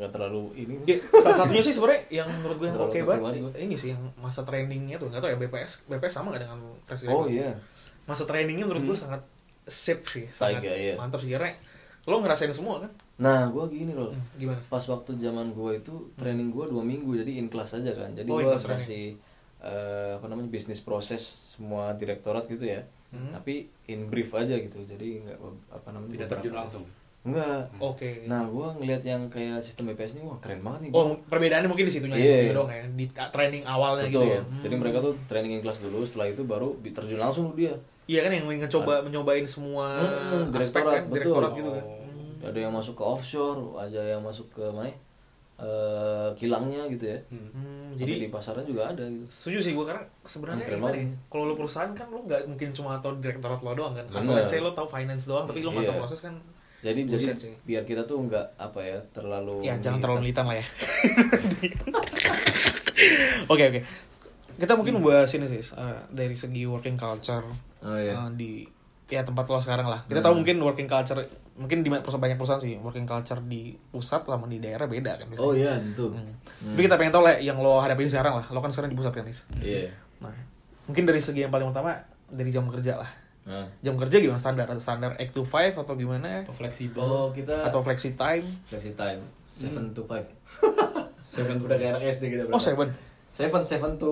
nggak terlalu ini Ya, salah satunya sih sebenarnya yang menurut gue yang Terlalu oke kecil banget banget ini sih yang masa trainingnya tuh nggak tau ya BPS BPS sama nggak dengan fresh oh graduate? iya masa trainingnya menurut gue sangat sip sih Taiga, sangat iya. mantap sih karena lo ngerasain semua kan Hmm, nah gue gini loh gimana pas waktu zaman gue itu training gue dua minggu jadi in class aja kan jadi Oh, in gue class training. kasih eh, apa namanya bisnis proses semua direktorat gitu ya Hmm. tapi in brief aja gitu jadi nggak be- apa namanya Tidak beberapa- terjun langsung. Hmm. nggak oke nah gue ngelihat yang kayak sistem BPS ini wah keren banget nih oh perbedaannya mungkin di situnya Iya. aja sih dong ya di ta- training awalnya betul gitu ya jadi Hmm. mereka tuh training in class dulu setelah itu baru bi- terjun langsung tuh dia iya kan yang mencoba mencobain semua Hmm, Eh, aspek kan direktorat, betul. Hmm. direktorat gitu kan Oh. ada yang masuk ke offshore ada yang masuk ke mana ya, eh, kilangnya gitu ya Hmm, jadi jadi di pasaran juga ada gitu setuju sih gue karena sebenarnya Hmm, keren gimana ya, banget. kalau lo perusahaan kan lo nggak mungkin cuma tahu direktorat lo doang kan atau Bener. let's say lo tahu finance doang tapi lo nggak Iya. tahu proses kan jadi Buset jadi sih. biar kita tuh nggak apa ya terlalu ya jangan militan. terlalu militan lah ya oke oke kita mungkin bahas ini sih eh, dari segi working culture Hmm. Oh, iya. eh, Hmm. di ya tempat lo sekarang lah kita tahu mungkin working culture mungkin di perusahaan banyak perusahaan sih working culture di pusat sama di daerah beda kan biasanya. oh iya tentu Hmm. tapi kita pengen tahu lah yang lo hadapin sekarang lah lo kan sekarang di pusat kan Nis? iya Nah, mungkin dari segi yang paling utama dari jam kerja lah. Nah. Jam kerja gimana standar? Standar 8 to 5 atau gimana? Atau fleksibel. oh kita Atau flexi time? flexi time seven to five Seven to udah kayak anak gitu, SD kita Oh, berangkat. seven. seven seven to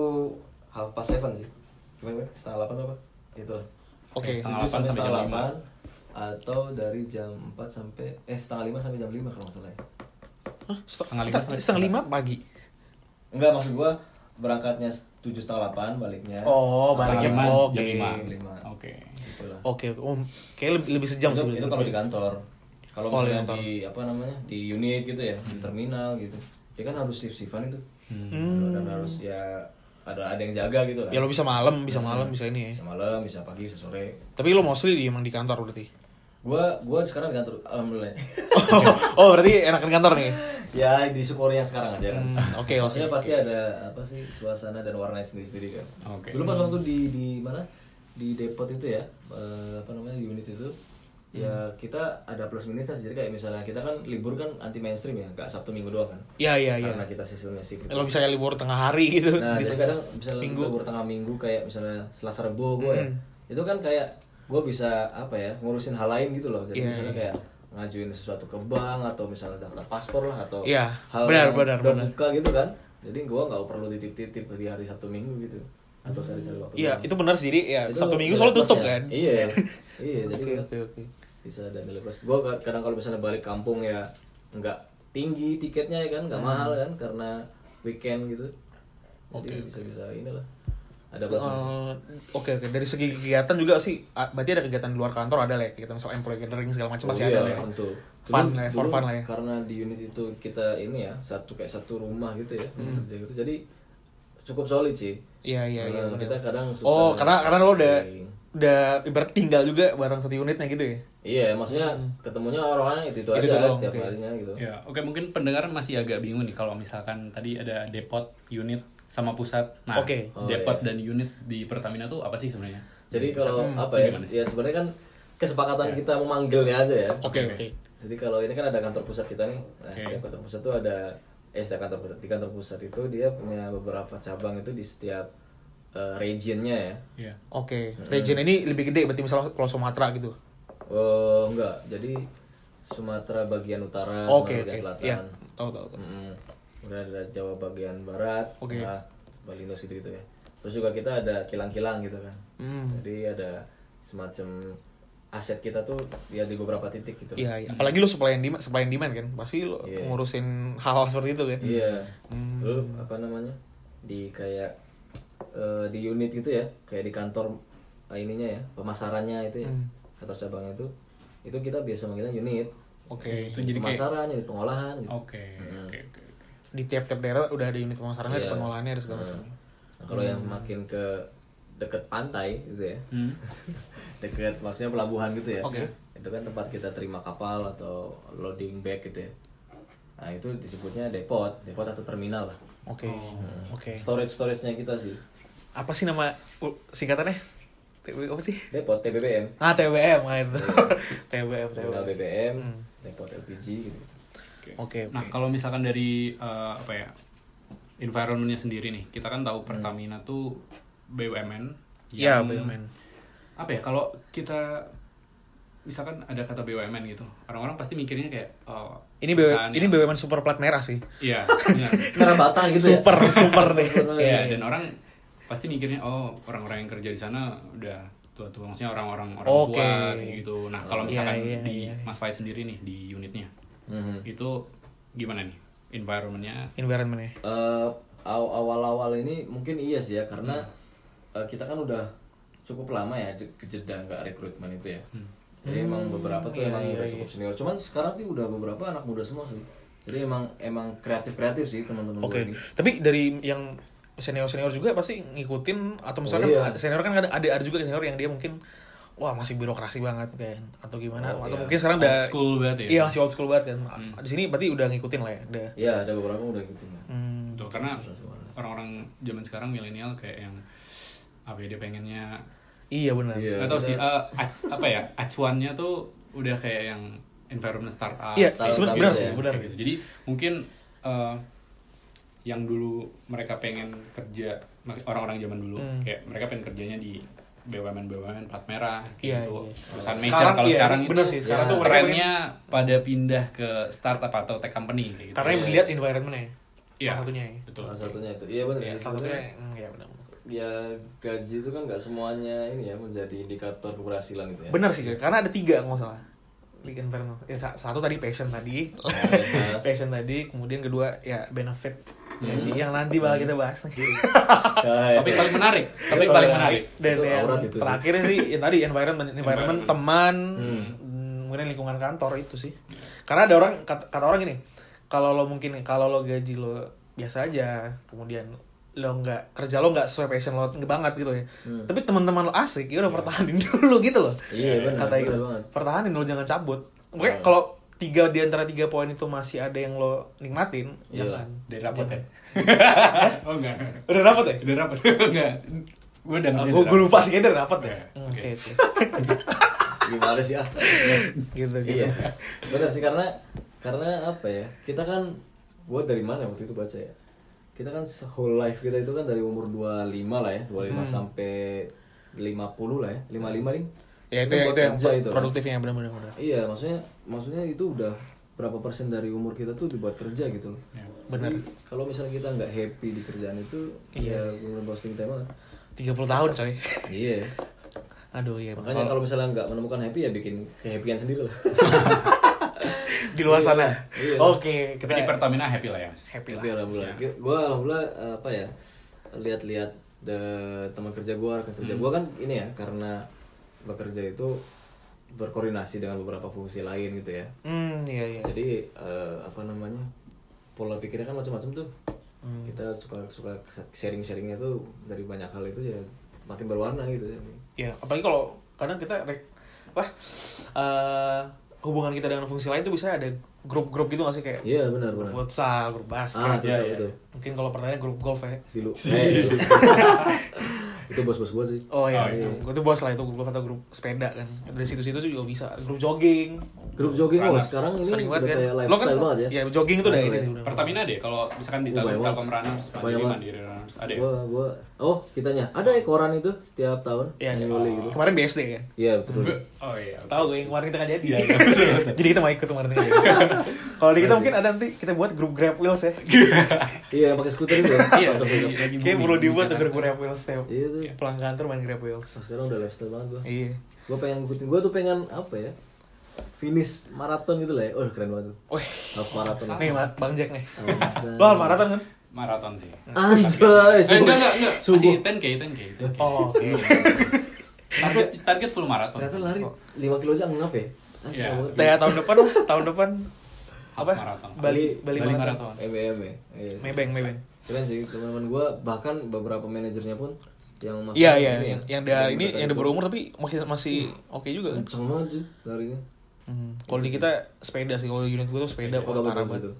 half past seven sih gimana Bang? setengah delapan apa Gitu itu Oke. Setengah Tujuh delapan sampai jam lima. atau dari jam 4 sampai eh setengah lima sampai jam 5 kalau nggak salah ya. Hah, Setengah lima setengah, setengah lima pagi. Enggak maksud gua berangkatnya tujuh setengah delapan baliknya. Oh, Setengah baliknya. lima, Oke. jam lima. Lima. Oke. Gitu lah. Oke, oh, kayak lebih, lebih sejam itu, sih. itu kalau di kantor. Kalau Oh, di misalnya kantor. di apa namanya di unit gitu ya di terminal gitu. Dia kan harus shift shiftan itu. Dan harus ya ada ada yang jaga gitu lah. Ya lo bisa malam, bisa Hmm. malam, bisa ini ya. Bisa malam, bisa pagi, bisa sore. Tapi lo mostly di, emang di kantor berarti. Gua gua sekarang di kantor alhamdulillah. Oh, oh, berarti enakan kantor nih. ya disyukuri yang sekarang aja kan Hmm, oke, oke, maksudnya pasti ada apa sih suasana dan warnanya sendiri sendiri kan Oke. dulu pas waktu di di mana di depot itu ya eh, apa namanya di unit itu ya Hmm. kita ada plus minusnya sih. jadi kayak misalnya kita kan libur kan anti mainstream ya nggak sabtu minggu doang kan Iya, iya, iya. karena kita sistemnya sih gitu. Lo bisa kayak libur tengah hari gitu. Nah, Gitu. jadi kadang misalnya Minggu. Hmm. libur tengah minggu kayak misalnya Selasa Rebo gue ya. Itu kan kayak gue bisa apa ya, ngurusin hal lain gitu loh. Jadi Iya, misalnya kayak ngajuin sesuatu ke bank atau misalnya daftar paspor lah atau Iya, hal benar, yang benar, udah benar. buka gitu kan. Jadi gue nggak perlu titip-titip di hari Sabtu Minggu gitu atau cari-cari waktu. Iya, luang. itu benar sih. Jadi ya Itu Sabtu Minggu nilai selalu tutup plusnya. kan. Iya. Iya, jadi Oke, kan oke, oke. bisa ada nilai plus. Gue kadang kalau misalnya balik kampung ya nggak tinggi tiketnya ya kan, nggak Hmm. mahal kan karena weekend gitu. Jadi bisa-bisa inilah. Ada plus minus. Eh, Oke oke dari segi kegiatan juga sih a- berarti ada kegiatan di luar kantor ada lah ya kegiatan misal employee gathering segala macam masih Oh ada iya, lah ya. Tentu. Fun Dulu- lah ya, for dulu fun lah ya. Karena di unit itu kita ini ya satu kayak satu rumah gitu ya kerja gitu. Jadi cukup solid sih. Iya Hmm. iya iya. Nah, benar. kita kadang suka Oh karena karena lo udah sharing. udah ibarat tinggal juga bareng satu unitnya gitu ya. Iya, maksudnya ketemunya orang-orang itu itu Itu aja doang, setiap oke. Iya. harinya gitu. Ya, oke mungkin pendengar masih agak bingung nih kalau misalkan tadi ada depot, unit sama pusat. Nah, Oke. Oh, depot iya. dan unit di Pertamina tuh apa sih sebenarnya? Jadi Hmm. kalau apa ya? gimana Ya sebenarnya kan kesepakatan kita memanggilnya aja Iya. ya. Oke Oke. oke. Jadi kalau ini kan ada kantor pusat kita nih. Nah, Oke. setiap kantor pusat itu ada eh setiap kantor pusat di kantor pusat itu dia punya beberapa cabang itu di setiap eh, regionnya ya. Iya. Oke. Region ini lebih gede berarti misalnya Pulau Sumatera gitu. Oh enggak, jadi Sumatera bagian utara, Oke Sumatera bagian oke. selatan. Iya. Tahu tahu. tahu. Mm-mm. Kemudian ada Jawa bagian barat, Oke. Tengah, Balinus gitu-gitu ya. Terus juga kita ada kilang-kilang gitu kan. Hmm. Jadi ada semacam aset kita tuh ya di beberapa titik gitu Iya, iya. apalagi lu supply and demand, supply and demand kan, pasti lu Iya. ngurusin hal-hal seperti itu kan. Iya. Hmm. Lu apa namanya? Di kayak eh, di unit gitu ya, kayak di kantor eh, ininya ya, pemasarannya itu ya. Kantor cabangnya itu itu kita biasa manggilnya unit. Oke. Itu jadi kayak pemasaran, unit pengolahan gitu. Oke, oke, oke. oke. Di tiap-tiap daerah udah ada unit pemasarannya, ada Iya. pengolahannya, ada segala macam. Nah, kalau yang makin ke deket pantai gitu ya. Hmm. deket maksudnya pelabuhan gitu ya. Oke. Itu kan tempat kita terima kapal atau loading bag gitu ya. Nah, itu disebutnya depot, depot atau terminal lah. Oke. Oke. Storage-storage-nya kita sih. Apa sih nama u- singkatannya? TB apa sih? Depot TBBM. Ah, TBM ah, itu. TBM, TBM. terminal BBM, Hmm. depot LPG gitu. Oke, Nah, oke. kalau misalkan dari eh, apa ya? environmentnya sendiri nih. Kita kan Mm. tahu Pertamina tuh BUMN Iya, yang- BUMN. apa ya kalau kita misalkan ada kata BUMN gitu orang-orang pasti mikirnya kayak oh, Ini BUMN, perusahaan ini yang- BUMN super plat merah sih. iya benar. Merah bata gitu ya. Super, super deh. Iya, dan orang pasti mikirnya oh orang-orang yang kerja di sana udah tua-tua maksudnya orang-orang orang Oke. tua kayak gitu nah kalau Iya, misalkan iya, di iya. Mas Faiz sendiri nih di unitnya Mhm. itu gimana nih environmentnya Environment-nya. Eh, aw- awal-awal ini mungkin iya sih ya karena eh, kita kan udah cukup lama ya je- jeda nggak rekrutmen itu ya. Jadi emang beberapa tuh Iya, emang iya, udah iya. cukup senior. Cuman sekarang sih udah beberapa anak muda semua sih. Jadi emang emang kreatif kreatif sih teman-teman gue Oke, ini. tapi dari yang senior-senior juga pasti ngikutin atau misalkan iya. ada- senior kan ada ada ada juga senior yang dia mungkin wah masih birokrasi banget kan atau gimana Oh, atau iya. mungkin sekarang Old udah school banget ya? iya masih old school banget kan di sini berarti udah ngikutin lah ya udah Iya ada beberapa udah gitu. ya. hmm, Betul, karena orang-orang zaman sekarang milenial kayak yang apa ya dia pengennya iya benar Iya. nggak tahu sih eh, a- apa ya acuannya tuh udah kayak yang environment startup Iya, kayak sebenarnya gitu benar ya, sih, kayak benar. gitu. jadi mungkin eh, yang dulu mereka pengen kerja orang-orang zaman dulu Hmm. kayak mereka pengen kerjanya di BUMN BUMN plat merah Iya, kayak gitu iya. perusahaan Sekarang, major kalau iya, sekarang benar itu ya, sih, sekarang tuh mereka trennya pada pindah ke startup atau tech company kayak gitu. karena yang melihat environmentnya Iya. salah satunya ya betul Salah satunya itu. Iya benar. Iya, sih. salah satunya hmm, iya benar Ya gaji itu kan nggak semuanya ini ya menjadi indikator keberhasilan gitu ya. benar sih karena ada tiga nggak salah Tiga environment ya, sa- satu tadi passion tadi Iya. Hmm. passion tadi kemudian kedua ya benefit gaji yang nanti bakal kita bahas Iya. nih Nah, topik paling menarik topik paling menarik dan Itu yang aurat itu sih. Hmm. terakhir sih ya tadi environment environment, Environment. teman mm, kemudian lingkungan kantor itu sih karena ada orang kata, kata orang gini kalau lo mungkin kalau lo gaji lo biasa aja kemudian lo nggak kerja lo nggak sesuai passion lo banget gitu ya Hmm. tapi teman-teman lo asik ya udah pertahanin dulu gitu loh Iya, benar, kata benar gitu banget. pertahanin lo jangan cabut Oke, kalau tiga di antara tiga poin itu masih ada yang lo nikmatin, Iya. jangan. dari rapat ya oh enggak Udah dapat ya? Udah rapat enggak? Gue udah Gue gue lupa sih kayaknya udah dapat ya. Iya, Hmm, oke. Oke. oke. gimana sih ah Gitu gitu. iya benar sih karena karena apa ya kita kan gua dari mana waktu itu baca ya kita kan se- whole life kita itu kan dari umur 25 lah ya 25 Hmm. sampai 50 lah ya 55 nih Ya itu, yang- buat itu yang kerja itu. produktifnya benar-benar benar. iya maksudnya maksudnya itu udah berapa persen dari umur kita tuh dibuat kerja gitu loh Ya. Benar. Jadi, kalau misalnya kita nggak happy di kerjaan itu Iya. ya bener posting tema 30 tahun coy. iya Aduh iya. makanya kalau misalnya nggak menemukan happy ya bikin kehappyan sendiri lah di luar sana. Iya. Oke, Tapi di kita Pertamina happy lah ya mas. happy Tapi lah. alhamdulillah. Gue alhamdulillah eh, apa ya lihat-lihat de- teman kerja gue, rekan kerja gue kan ini ya karena bekerja itu berkoordinasi dengan beberapa fungsi lain gitu ya. Hmm, iya iya. Jadi eh, apa namanya pola pikirnya kan macam-macam tuh. Hmm, Kita suka suka sharing-sharingnya tuh dari banyak hal itu ya makin berwarna gitu ya. Ya, apalagi kalau kadang kita rek- wah eh, hubungan kita dengan fungsi lain itu bisa ada grup-grup gitu nggak sih kayak Iya benar-benar. grup futsal, grup basket. Ah itu Iya, iya. itu Mungkin kalau pertanyaan grup golf ya. Dilu. Eh, dilu. itu bos-bos gue sih. Oh iya, Oh, iya. Gua itu bos lah itu grup golf atau grup sepeda kan. Dari situ-situ juga bisa grup jogging. Grup jogging Karena wah sekarang ini Sering udah banget kan. kayak Lo kan lifestyle banget ya. Iya, jogging itu udah ini sih udah. Pertamina deh kalau misalkan di Oh, banyak Telkom banget. Telkom Runners, Mandiri Banyak banget. Mandiri Runners ada. ya? gua gua oh kitanya ada ya koran itu setiap tahun Iya, ada. annually gitu Kemarin BSD kan. iya betul Be- Oh iya. oke. Tahu gue yang kemarin kita nggak jadi. Jadi kita mau ikut kemarin. nggak jadi. Kalau di kita mungkin ada nanti kita buat grup Grab Wheels ya. iya yang pakai skuter itu ya Iya. Cocok, lagi- cocok. lagi Kayak booming perlu di dibuat tuh Jakarta. grup Grab Wheels ya. tiap iya tuh pulang kan. kantor main Grab Wheels. sekarang udah lifestyle banget gua Iya. gue pengen ngikutin gue tuh pengen apa ya finish maraton gitu lah ya oh keren banget tuh. Wih. half maraton Nih, Ma- Bang Jack nih. Anjay. Lo harus maraton kan? Maraton sih. anjay Eh, enggak, enggak, enggak. Masih subuh 10K, 10K. 10K. Oh, oke. Target, target full maraton. ternyata lari 5 kilo aja ngap ya Anjay, Iya. banget. Teh tahun depan lah, tahun depan apa? marathon. Bali Bali, Bali marathon. maraton. EBM ya Iya sih. Maybank, Maybank. keren sih teman-teman gue bahkan beberapa manajernya pun yang masuk Iya, iya, ini yang, ya, yang dah ini berkali yang udah itu. berumur tapi masih masih oke juga kan. kenceng banget sih larinya Hmm. Kalau di kita sepeda sih, kalau di unit gue tuh sepeda Oh, wah, bagus parah bagus banget. itu.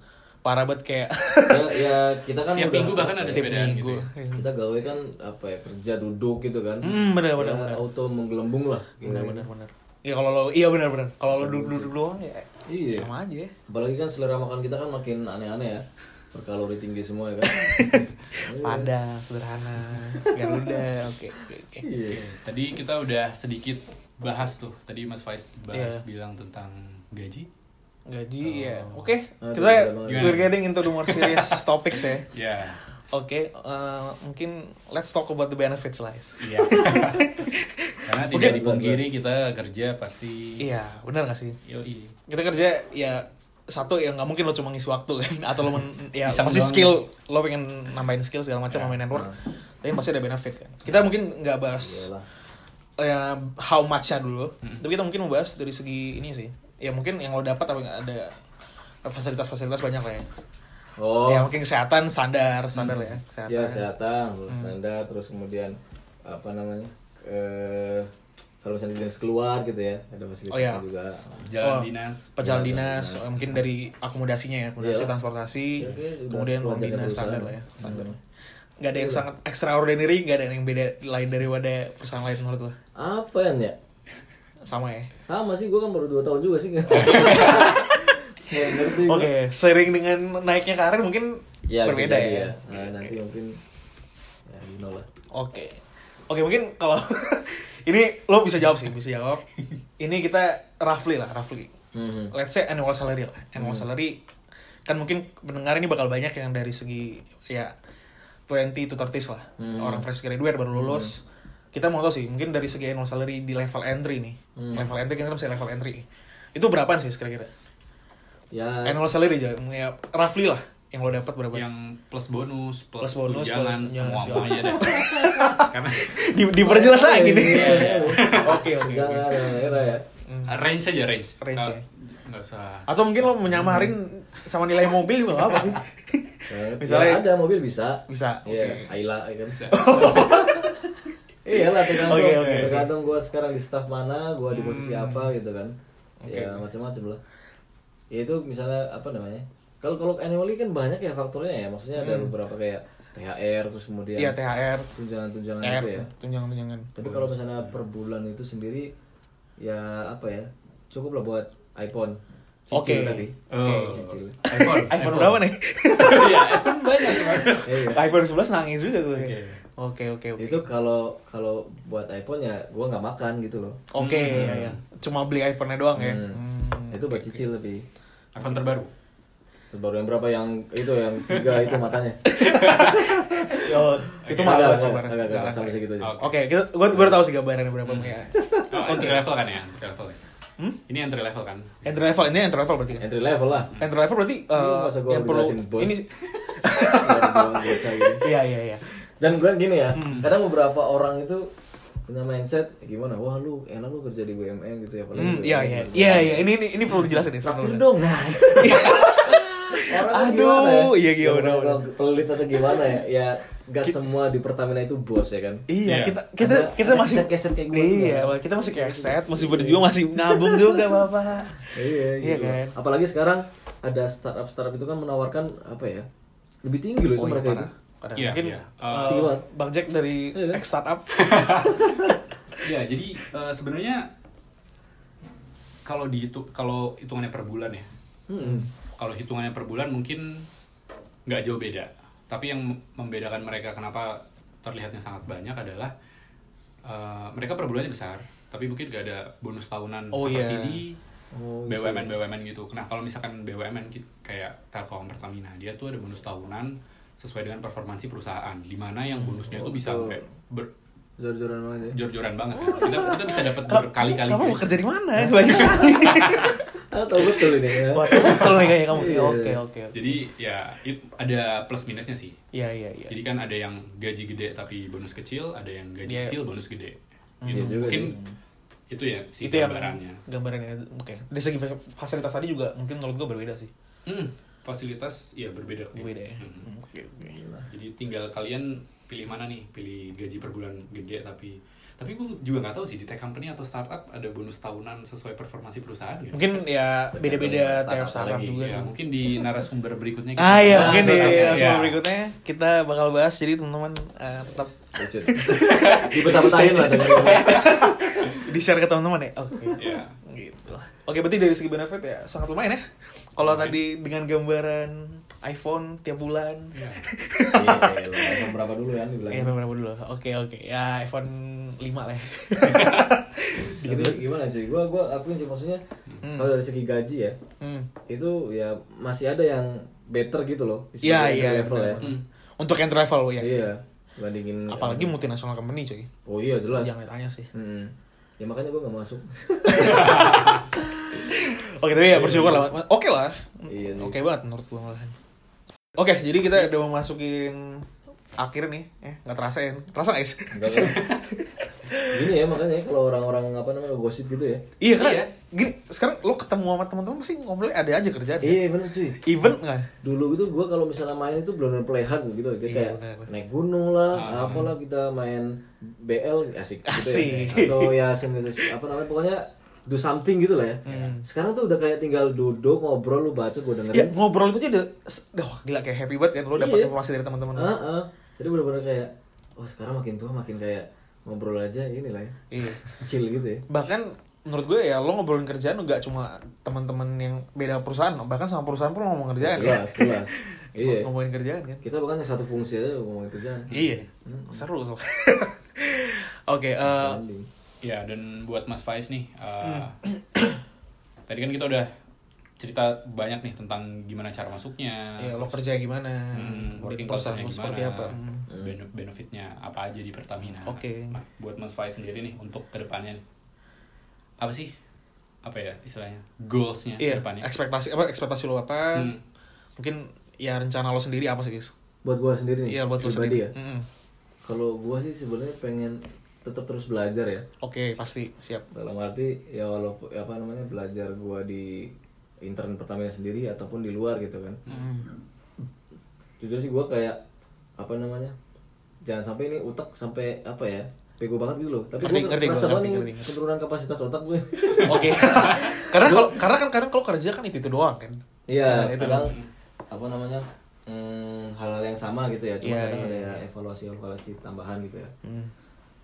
Parah banget kayak ya, ya kita kan Tiap udah minggu bahkan ada tiap sepedaan gitu minggu. ya. kita gawe kan apa ya kerja duduk gitu kan Hmm, benar, benar, Ya, benar. auto menggelembung lah Benar benar benar. Iya kalau lo iya benar benar. Kalau lo duduk duduk doang ya Iya. sama aja ya. apalagi kan selera makan kita kan makin aneh-aneh ya berkalori tinggi semua ya kan Padang, sederhana, Garuda, oke oke oke. iya Tadi kita udah sedikit bahas tuh. Tadi Mas Faiz Iya. bahas bilang tentang gaji. Gaji ya. Oke, Aduh, kita benar banget. we're getting into the more serious topics ya. Ya. Oke, eh, mungkin let's talk about the benefits lah. guys. Iya. Karena tidak dipungkiri kita kerja pasti. Iya, benar gak sih? Yoi. Kita kerja ya satu ya nggak mungkin lo cuma ngisi waktu kan atau lo men, ya Iseng pasti doang. skill lo pengen nambahin skill segala Ya, macam nambahin network tapi pasti ada benefit kan kita mungkin nggak bahas nah. iyalah Hmm. ya, how much-nya dulu tapi kita mungkin mau bahas dari segi ini sih ya mungkin yang lo dapat apa yang ada fasilitas-fasilitas banyak lah ya oh ya mungkin kesehatan standar standar lah ya kesehatan ya kesehatan Hmm. lulus standar terus kemudian apa namanya eh kalau misalnya dinas keluar gitu ya ada fasilitas Oh, iya. juga Jalan Oh. dinas. pejalan Iya, dinas benar. eh, mungkin dari akomodasinya ya akomodasi Iyalah. transportasi Ya, oke, udah kemudian keluar ruang dari dinas perusahaan. standar lah ya standar Hmm. nggak ada yang sangat extraordinary nggak ada yang beda lain daripada perusahaan lain menurut lo apa ya Nya? sama ya sama sih gue kan baru 2 tahun juga sih nggak ngerti oke gua. sering dengan naiknya karir mungkin ya, bisa berbeda jadi ya, Nah, nanti mungkin ya you know lah oke oke mungkin kalau ini lo bisa jawab sih bisa jawab ini kita roughly lah roughly Mhm. let's say annual salary lah annual Hmm. salary kan mungkin pendengar ini bakal banyak yang dari segi ya 20 to 30 lah Hmm. orang fresh graduate baru lulus kita mau tahu sih mungkin dari segi annual salary di level entry nih Hmm. level entry kita kan masih level entry itu berapaan sih kira-kira ya annual salary aja ya roughly lah yang lo dapat berapa Yang plus bonus, plus, Plus bonus, tunjangan, plus semua tunjangan, apa aja deh. Karena di diperjelas lagi nih Iya, iya, iya. oke oke Enggak, enggak, enggak, enggak, enggak, ya range aja range. Range Eh, ya. nggak usah. atau mungkin lo menyamarin sama nilai mobil juga nggak apa sih Banget. Misalnya- Ya, ada mobil bisa bisa oke Iya, Ayla ya kan. Bisa. Iya lah tergantung Oke, oke, oke. tergantung gue sekarang di staff mana, gue di posisi apa gitu kan. Oke. Ya macam-macam lah. Ya itu misalnya apa namanya? Kalau kalau annually kan banyak ya faktornya ya. Maksudnya ada beberapa kayak THR terus kemudian Hmm. iya THR tunjangan-tunjangan THR gitu ya. tunjangan-tunjangan Tapi kalau misalnya per bulan itu sendiri ya apa ya? Cukup lah buat iPhone. Oke. Cicil tapi. Oh. Cicil. Eh, iPhone. iPhone berapa nih? Iya, kan iPhone banyak banget. Iya. iPhone 11 nangis juga gue. Oke. Oke oke oke. Itu kalau kalau buat iPhone ya gue nggak makan gitu loh. Oke ya, ya. Cuma beli iPhone-nya doang ya. Hmm. Hmm. itu buat cicil tapi iPhone terbaru. Terbaru yang berapa yang itu yang tiga itu matanya? Yo, itu Agak, mahal agak, sih, agak, Bang. agak, agak, Jangan. sama segitu Hmm. aja. Oke. Oke, kita gua gua udah tahu sih gambarannya berapa ya. Oh, entry level kan ya? Entry level. ya? Hmm? Eh. Ini entry level kan? Entry level ini entry level berarti kan. Entry level lah. Entry level berarti eh, Ini masa gua yang perlu jelasin, bos. ini Baru doang biasa gitu. Iya iya iya. Dan gue gini ya, Hmm. kadang beberapa orang itu punya mindset gimana? Wah lu enak lu kerja di BUMN gitu ya apalagi Hmm, BUMN iya iya. gitu. Iya iya, ini ini ini perlu dijelasin nih. Traktir perlu- dong nah. Orang tuh Aduh, gimana ya? iya, iya, Gimana benar, kalau Pelit atau gimana ya? Ya gak semua di Pertamina itu bos ya kan? Iya, Iya. kita kita Ada- kita ada masih keset-keset kayak gua Iya, juga. kita masih keset, masih berjuang, masih ngabung juga, Bapak. Iya, Iya gitu. kan? Apalagi sekarang ada startup startup itu kan menawarkan apa ya? Lebih tinggi loh Oh, itu iya, mereka itu. parah. Parah. Iya, Mungkin iya. eh, Tinggi banget. Bang Jack dari Iya kan? X Startup. Ya, jadi eh, sebenarnya kalau dihitung kalau hitungannya per bulan ya. Hmm. Kalau hitungannya per bulan mungkin nggak jauh beda. Tapi yang membedakan mereka kenapa terlihatnya sangat banyak adalah eh, mereka per bulannya besar, tapi mungkin nggak ada bonus tahunan Oh, seperti iya. di Oh, gitu. BUMN BUMN gitu. Nah, kalau misalkan BUMN ki- kayak Telkom Pertamina, dia tuh Hmm, ada bonus tahunan sesuai dengan performansi perusahaan. Di mana yang bonusnya itu bisa sampai ber- jor-joran banget ya jor-joran banget kan. kita kita bisa dapat berkali-kali Kamu mau guys. kerja di mana? Iya. Banyak sekali. ah tahu betul ini ya Wah, tahu betul nih kayaknya kamu. Ya, Iya. Oke, oke. oke. jadi ya it- ada plus minusnya sih Iya, iya, iya. jadi kan ada yang gaji gede tapi bonus kecil ada yang gaji Iya. Hmm. kecil bonus gede Iya gitu juga mungkin itu ya si Itu yang gambarannya gambarannya. Oke. Dari segi fasilitas tadi juga mungkin menurut gue berbeda sih. Hmm, fasilitas ya berbeda Berbeda ya. Hmm. Hmm, Oke, oke. Jadi tinggal kalian pilih mana nih, pilih gaji per bulan gede tapi tapi gue juga nggak tahu sih di tech company atau startup ada bonus tahunan sesuai performasi perusahaan gitu. Mungkin ya beda-beda Startup tiap startup lagi, juga Ya, sih. mungkin di narasumber berikutnya kita- Ah iya, Nah, mungkin di tetap ya. langsung Iya. berikutnya kita bakal bahas jadi teman-teman eh, tetap dibetah-betahin lah dengerin. di share ke teman-teman ya. Oke. Iya. Gitu. Oke, berarti dari segi benefit ya sangat lumayan ya. Kalau Lumayan. tadi dengan gambaran iPhone tiap bulan. Iya. Iya, iya, iya. IPhone berapa dulu ya dibilang Iya, berapa dulu? Oke, oke. Ya iPhone 5 lah. ya. tapi gimana cuy gue gue akuin sih maksudnya Hmm. kalau dari segi gaji ya Hmm. itu ya masih ada yang better gitu loh Iya, Maksudnya iya. entry level ya Hmm. benar-benar. Untuk entry level ya. iya bandingin ya. Apalagi multinasional company cuy. oh iya jelas Jangan ditanya sih. Mm-mm. ya makanya gue gak masuk Oke, tapi ya bersyukur lah. Oke lah. Iya sih. Oke banget menurut gua malahan. Oke, jadi kita udah mau masukin akhir nih. Eh, nggak terasa ya. Terasa nggak, guys? Enggak, enggak. gini ya makanya kalau orang-orang apa namanya gosip gitu ya iya, karena Iya. gini, sekarang lo ketemu sama teman-teman pasti ngobrol ada aja kerjaan. ya. iya bener cuy Event nggak? dulu itu gue kalau misalnya main itu belum playhard gitu Kita Iya, kayak bener, bener. naik gunung lah Ah. apalah kita main BL asik, Asik. gitu ya atau ya sendiri apa namanya pokoknya do something gitu lah ya Hmm. sekarang tuh udah kayak tinggal duduk ngobrol lu baca gue Iya, dengerin ngobrol itu aja udah, wah gila kayak happy banget kan lo dapat Iya. informasi dari teman-teman. lo. Ah, ah. jadi bener-bener kayak wah sekarang makin tua makin kayak ngobrol aja inilah ya Iya. chill gitu ya Bahkan menurut gue ya lo ngobrolin kerjaan nggak cuma teman-teman yang beda perusahaan, bahkan sama perusahaan pun ngomong kerjaan. ya. jelas jelas iya Hmm. Ngomongin kerjaan kan. kita bahkan yang satu fungsi aja ngomongin kerjaan Iya, seru soalnya. Oke, eh, Banding. Ya, dan buat Mas Faiz nih, uh, Hmm. tadi kan kita udah cerita banyak nih tentang gimana cara masuknya, ya, lo kerja gimana? Hmm, working perusahaan culture-nya lo gimana, seperti apa? Hmm. bene- benefitnya apa aja di Pertamina. Oke. Nah, buat Mas Faiz sendiri nih untuk kedepannya apa sih? Apa ya istilahnya? Goalsnya Iya, kedepannya? ekspektasi apa? Ekspektasi lo apa? Hmm. Mungkin ya rencana lo sendiri apa sih guys? buat gue sendiri nih Iya buat lo pribadi sendiri. ya Mm-mm. kalau gua sih sebenarnya pengen tetap terus belajar ya Oke, pasti siap. dalam arti ya walaupun ya apa namanya belajar gua di intern Pertamina sendiri ataupun di luar gitu kan Hmm. jujur sih gua kayak apa namanya jangan sampai ini utak sampai apa ya bego banget gitu loh tapi Ngerti, gua ngerti, merasa gua banget ngerti, nih ngerti. penurunan kapasitas otak gue Oke. karena kalau karena kan kadang kalau kerja kan itu itu doang kan. iya Nah, itu kadang apa namanya hmm, hal-hal yang sama gitu ya cuma Iya, kadang iya, ada evaluasi evaluasi tambahan gitu ya Hmm.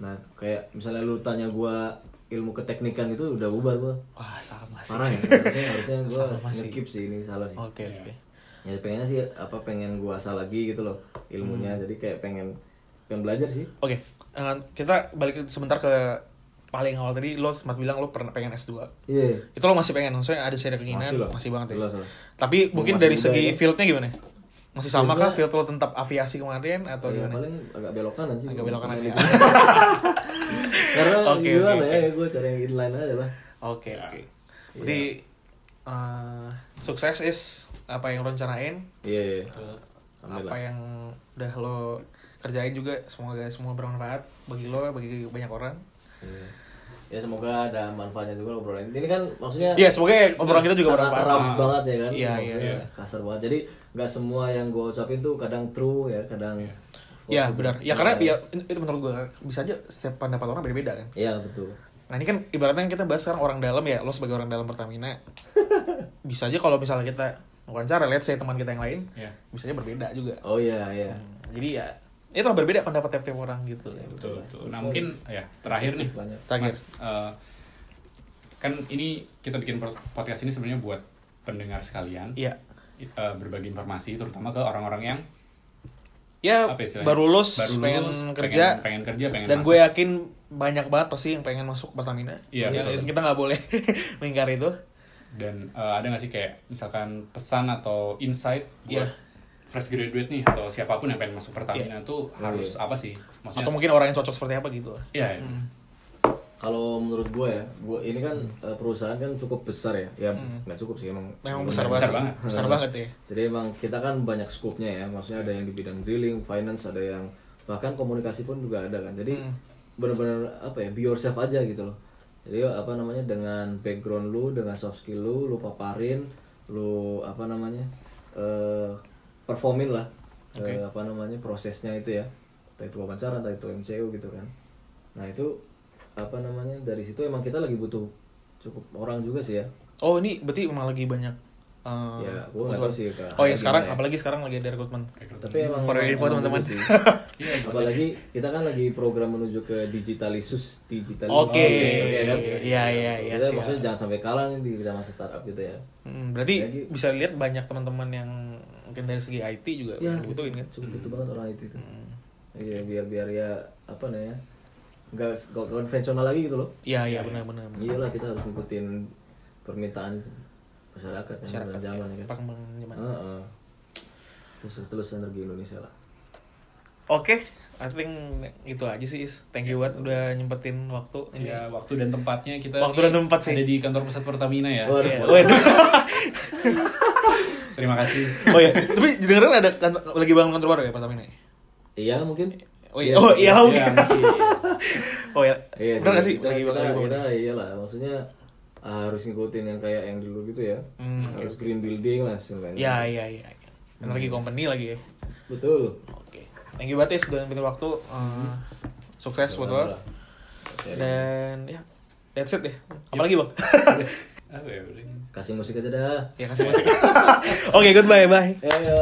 nah kayak misalnya lu tanya gua ilmu keteknikan itu udah bubar gua Wah, sama sih. parah ya harusnya, harusnya gue Sama sih. ngekip sih ini salah sih Oke, oke. ya pengennya sih apa pengen gue asal lagi gitu loh Hmm. ilmunya jadi kayak pengen pengen belajar sih Oke, eh, kita balik sebentar ke paling awal tadi lo sempat bilang lo pernah pengen S2. iya Itu lo masih pengen, maksudnya ada sih ada keinginan, Masih masih, lah. banget ya. Jelas lah. Tapi mungkin Masih dari muda segi ya. fieldnya gimana? Masih sama kah Fieldnya- field lo tentang aviasi kemarin atau Ya, gimana? paling agak belok kanan sih Iya, Agak belok kanan ya. karena Oke, gimana oke, ya gue cari yang inline aja lah Oke, oke. Jadi eh, sukses is apa yang lo rencanain, iya iya Alhamdulillah. apa yang udah lo kerjain juga semoga semua bermanfaat bagi lo, bagi banyak orang. Iya. ya semoga ada manfaatnya juga obrolan ini kan maksudnya Iya, semoga ya obrolan kita juga sangat bermanfaat. rough Sama. banget ya kan Iya, Maksudnya iya. kasar banget jadi nggak semua yang gue ucapin tuh kadang true ya kadang Ya benar. Ya karena ya itu menurut gue bisa aja setiap pendapat orang beda-beda kan. Iya betul. Nah ini kan ibaratnya kita bahas sekarang orang dalam ya, lo sebagai orang dalam Pertamina. bisa aja kalau misalnya kita wawancara, let's say teman kita yang lain, Ya, bisa aja berbeda juga. Oh iya iya. Jadi ya, itu lah berbeda pendapat tiap-tiap orang gitu. betul, betul. Nah, mungkin ya terakhir nih. Banyak. Terakhir. Mas, eh, kan ini kita bikin per- podcast ini sebenarnya buat pendengar sekalian. Iya. I- eh, berbagi informasi terutama ke orang-orang yang Ya, apa istilahnya? baru lulus, Baru pengen lulus, kerja, pengen, pengen kerja, pengen dan masuk. gue ya- yakin banyak banget pasti yang pengen masuk Pertamina. Iya, Ya, betul. kita nggak boleh mengingkari itu. dan eh, ada nggak sih kayak misalkan pesan atau insight buat Iya. fresh graduate nih atau siapapun yang pengen masuk Pertamina tuh harus apa sih? iya. Maksudnya atau mungkin orang yang cocok seperti apa gitu Iya. Kalau menurut gue ya, gue ini kan eh, perusahaan kan cukup besar ya, ya nggak cukup sih emang. Hmm. memang lumayan besar besar banget sih. banget. besar banget ya Jadi emang kita kan banyak scope-nya ya, maksudnya ada yang di bidang drilling, finance, ada yang bahkan komunikasi pun juga ada kan. Jadi bener-bener apa ya, be yourself aja gitu loh. Jadi apa namanya dengan background lu, dengan soft skill lu, lu paparin, lu apa namanya eh performin lah eh, apa namanya prosesnya itu ya. Entah itu wawancara, entah itu MCU gitu kan. Nah itu apa namanya dari situ emang kita lagi butuh cukup orang juga sih ya. oh ini berarti emang lagi banyak eh, Ya, gua nggak tahu sih, Kak. oh ya Gimana sekarang ya? apalagi sekarang lagi ada rekrutmen Tapi emang For your info, emang teman-teman. gitu sih. Apalagi kita kan lagi program menuju ke digitalisus, digitalisus. Oke. ya kan? Iya, iya, iya, Kita siap. maksudnya jangan sampai kalah nih di kita masa startup gitu ya. Hmm, berarti Jadi- bisa lihat banyak teman-teman yang mungkin dari segi IT juga Ya, dibutuhin kan Hmm. Cukup butuh banget orang itu tuh. Iya, biar biar ya apa namanya? Enggak enggak konvensional lagi gitu loh. iya iya benar-benar Iyalah kita harus ngikutin permintaan masyarakat, Masyarakat, iya. masyarakat zaman ya kan. perkembangan zaman Heeh. Terus terus energi Indonesia lah. Oke, I think itu aja sih. Is. Thank you buat udah nyempetin waktu ini. Ya, waktu dan tempatnya iya. kita Waktu nih dan tempat sih. ada di kantor pusat Pertamina ya. Waduh. Iya, waduh. Terima kasih. oh iya, tapi dengerin ada kantor- lagi bangun kantor baru ya Pertamina. ya? Iya mungkin. Oh iya, oh iya Ya, oke. mungkin. Oh iya, Iya, benar nggak sih kita- lagi kita, bangun lagi bangun? kita, iyalah, maksudnya uh, harus ngikutin yang kayak yang dulu gitu ya. Hmm, oke, harus green building lah istilahnya. Ya ya ya. ya. Energi company lagi ya. Betul. Oke. Thank you banget Is udah nyempetin waktu. Eh, sukses buat lo. Sama-sama. Dan ya, that's it ya. Apalagi bang? Apa ya, boleh. Kasih musik aja dah. ya Eh, kasih musik. Oke, goodbye, bye. Ayo.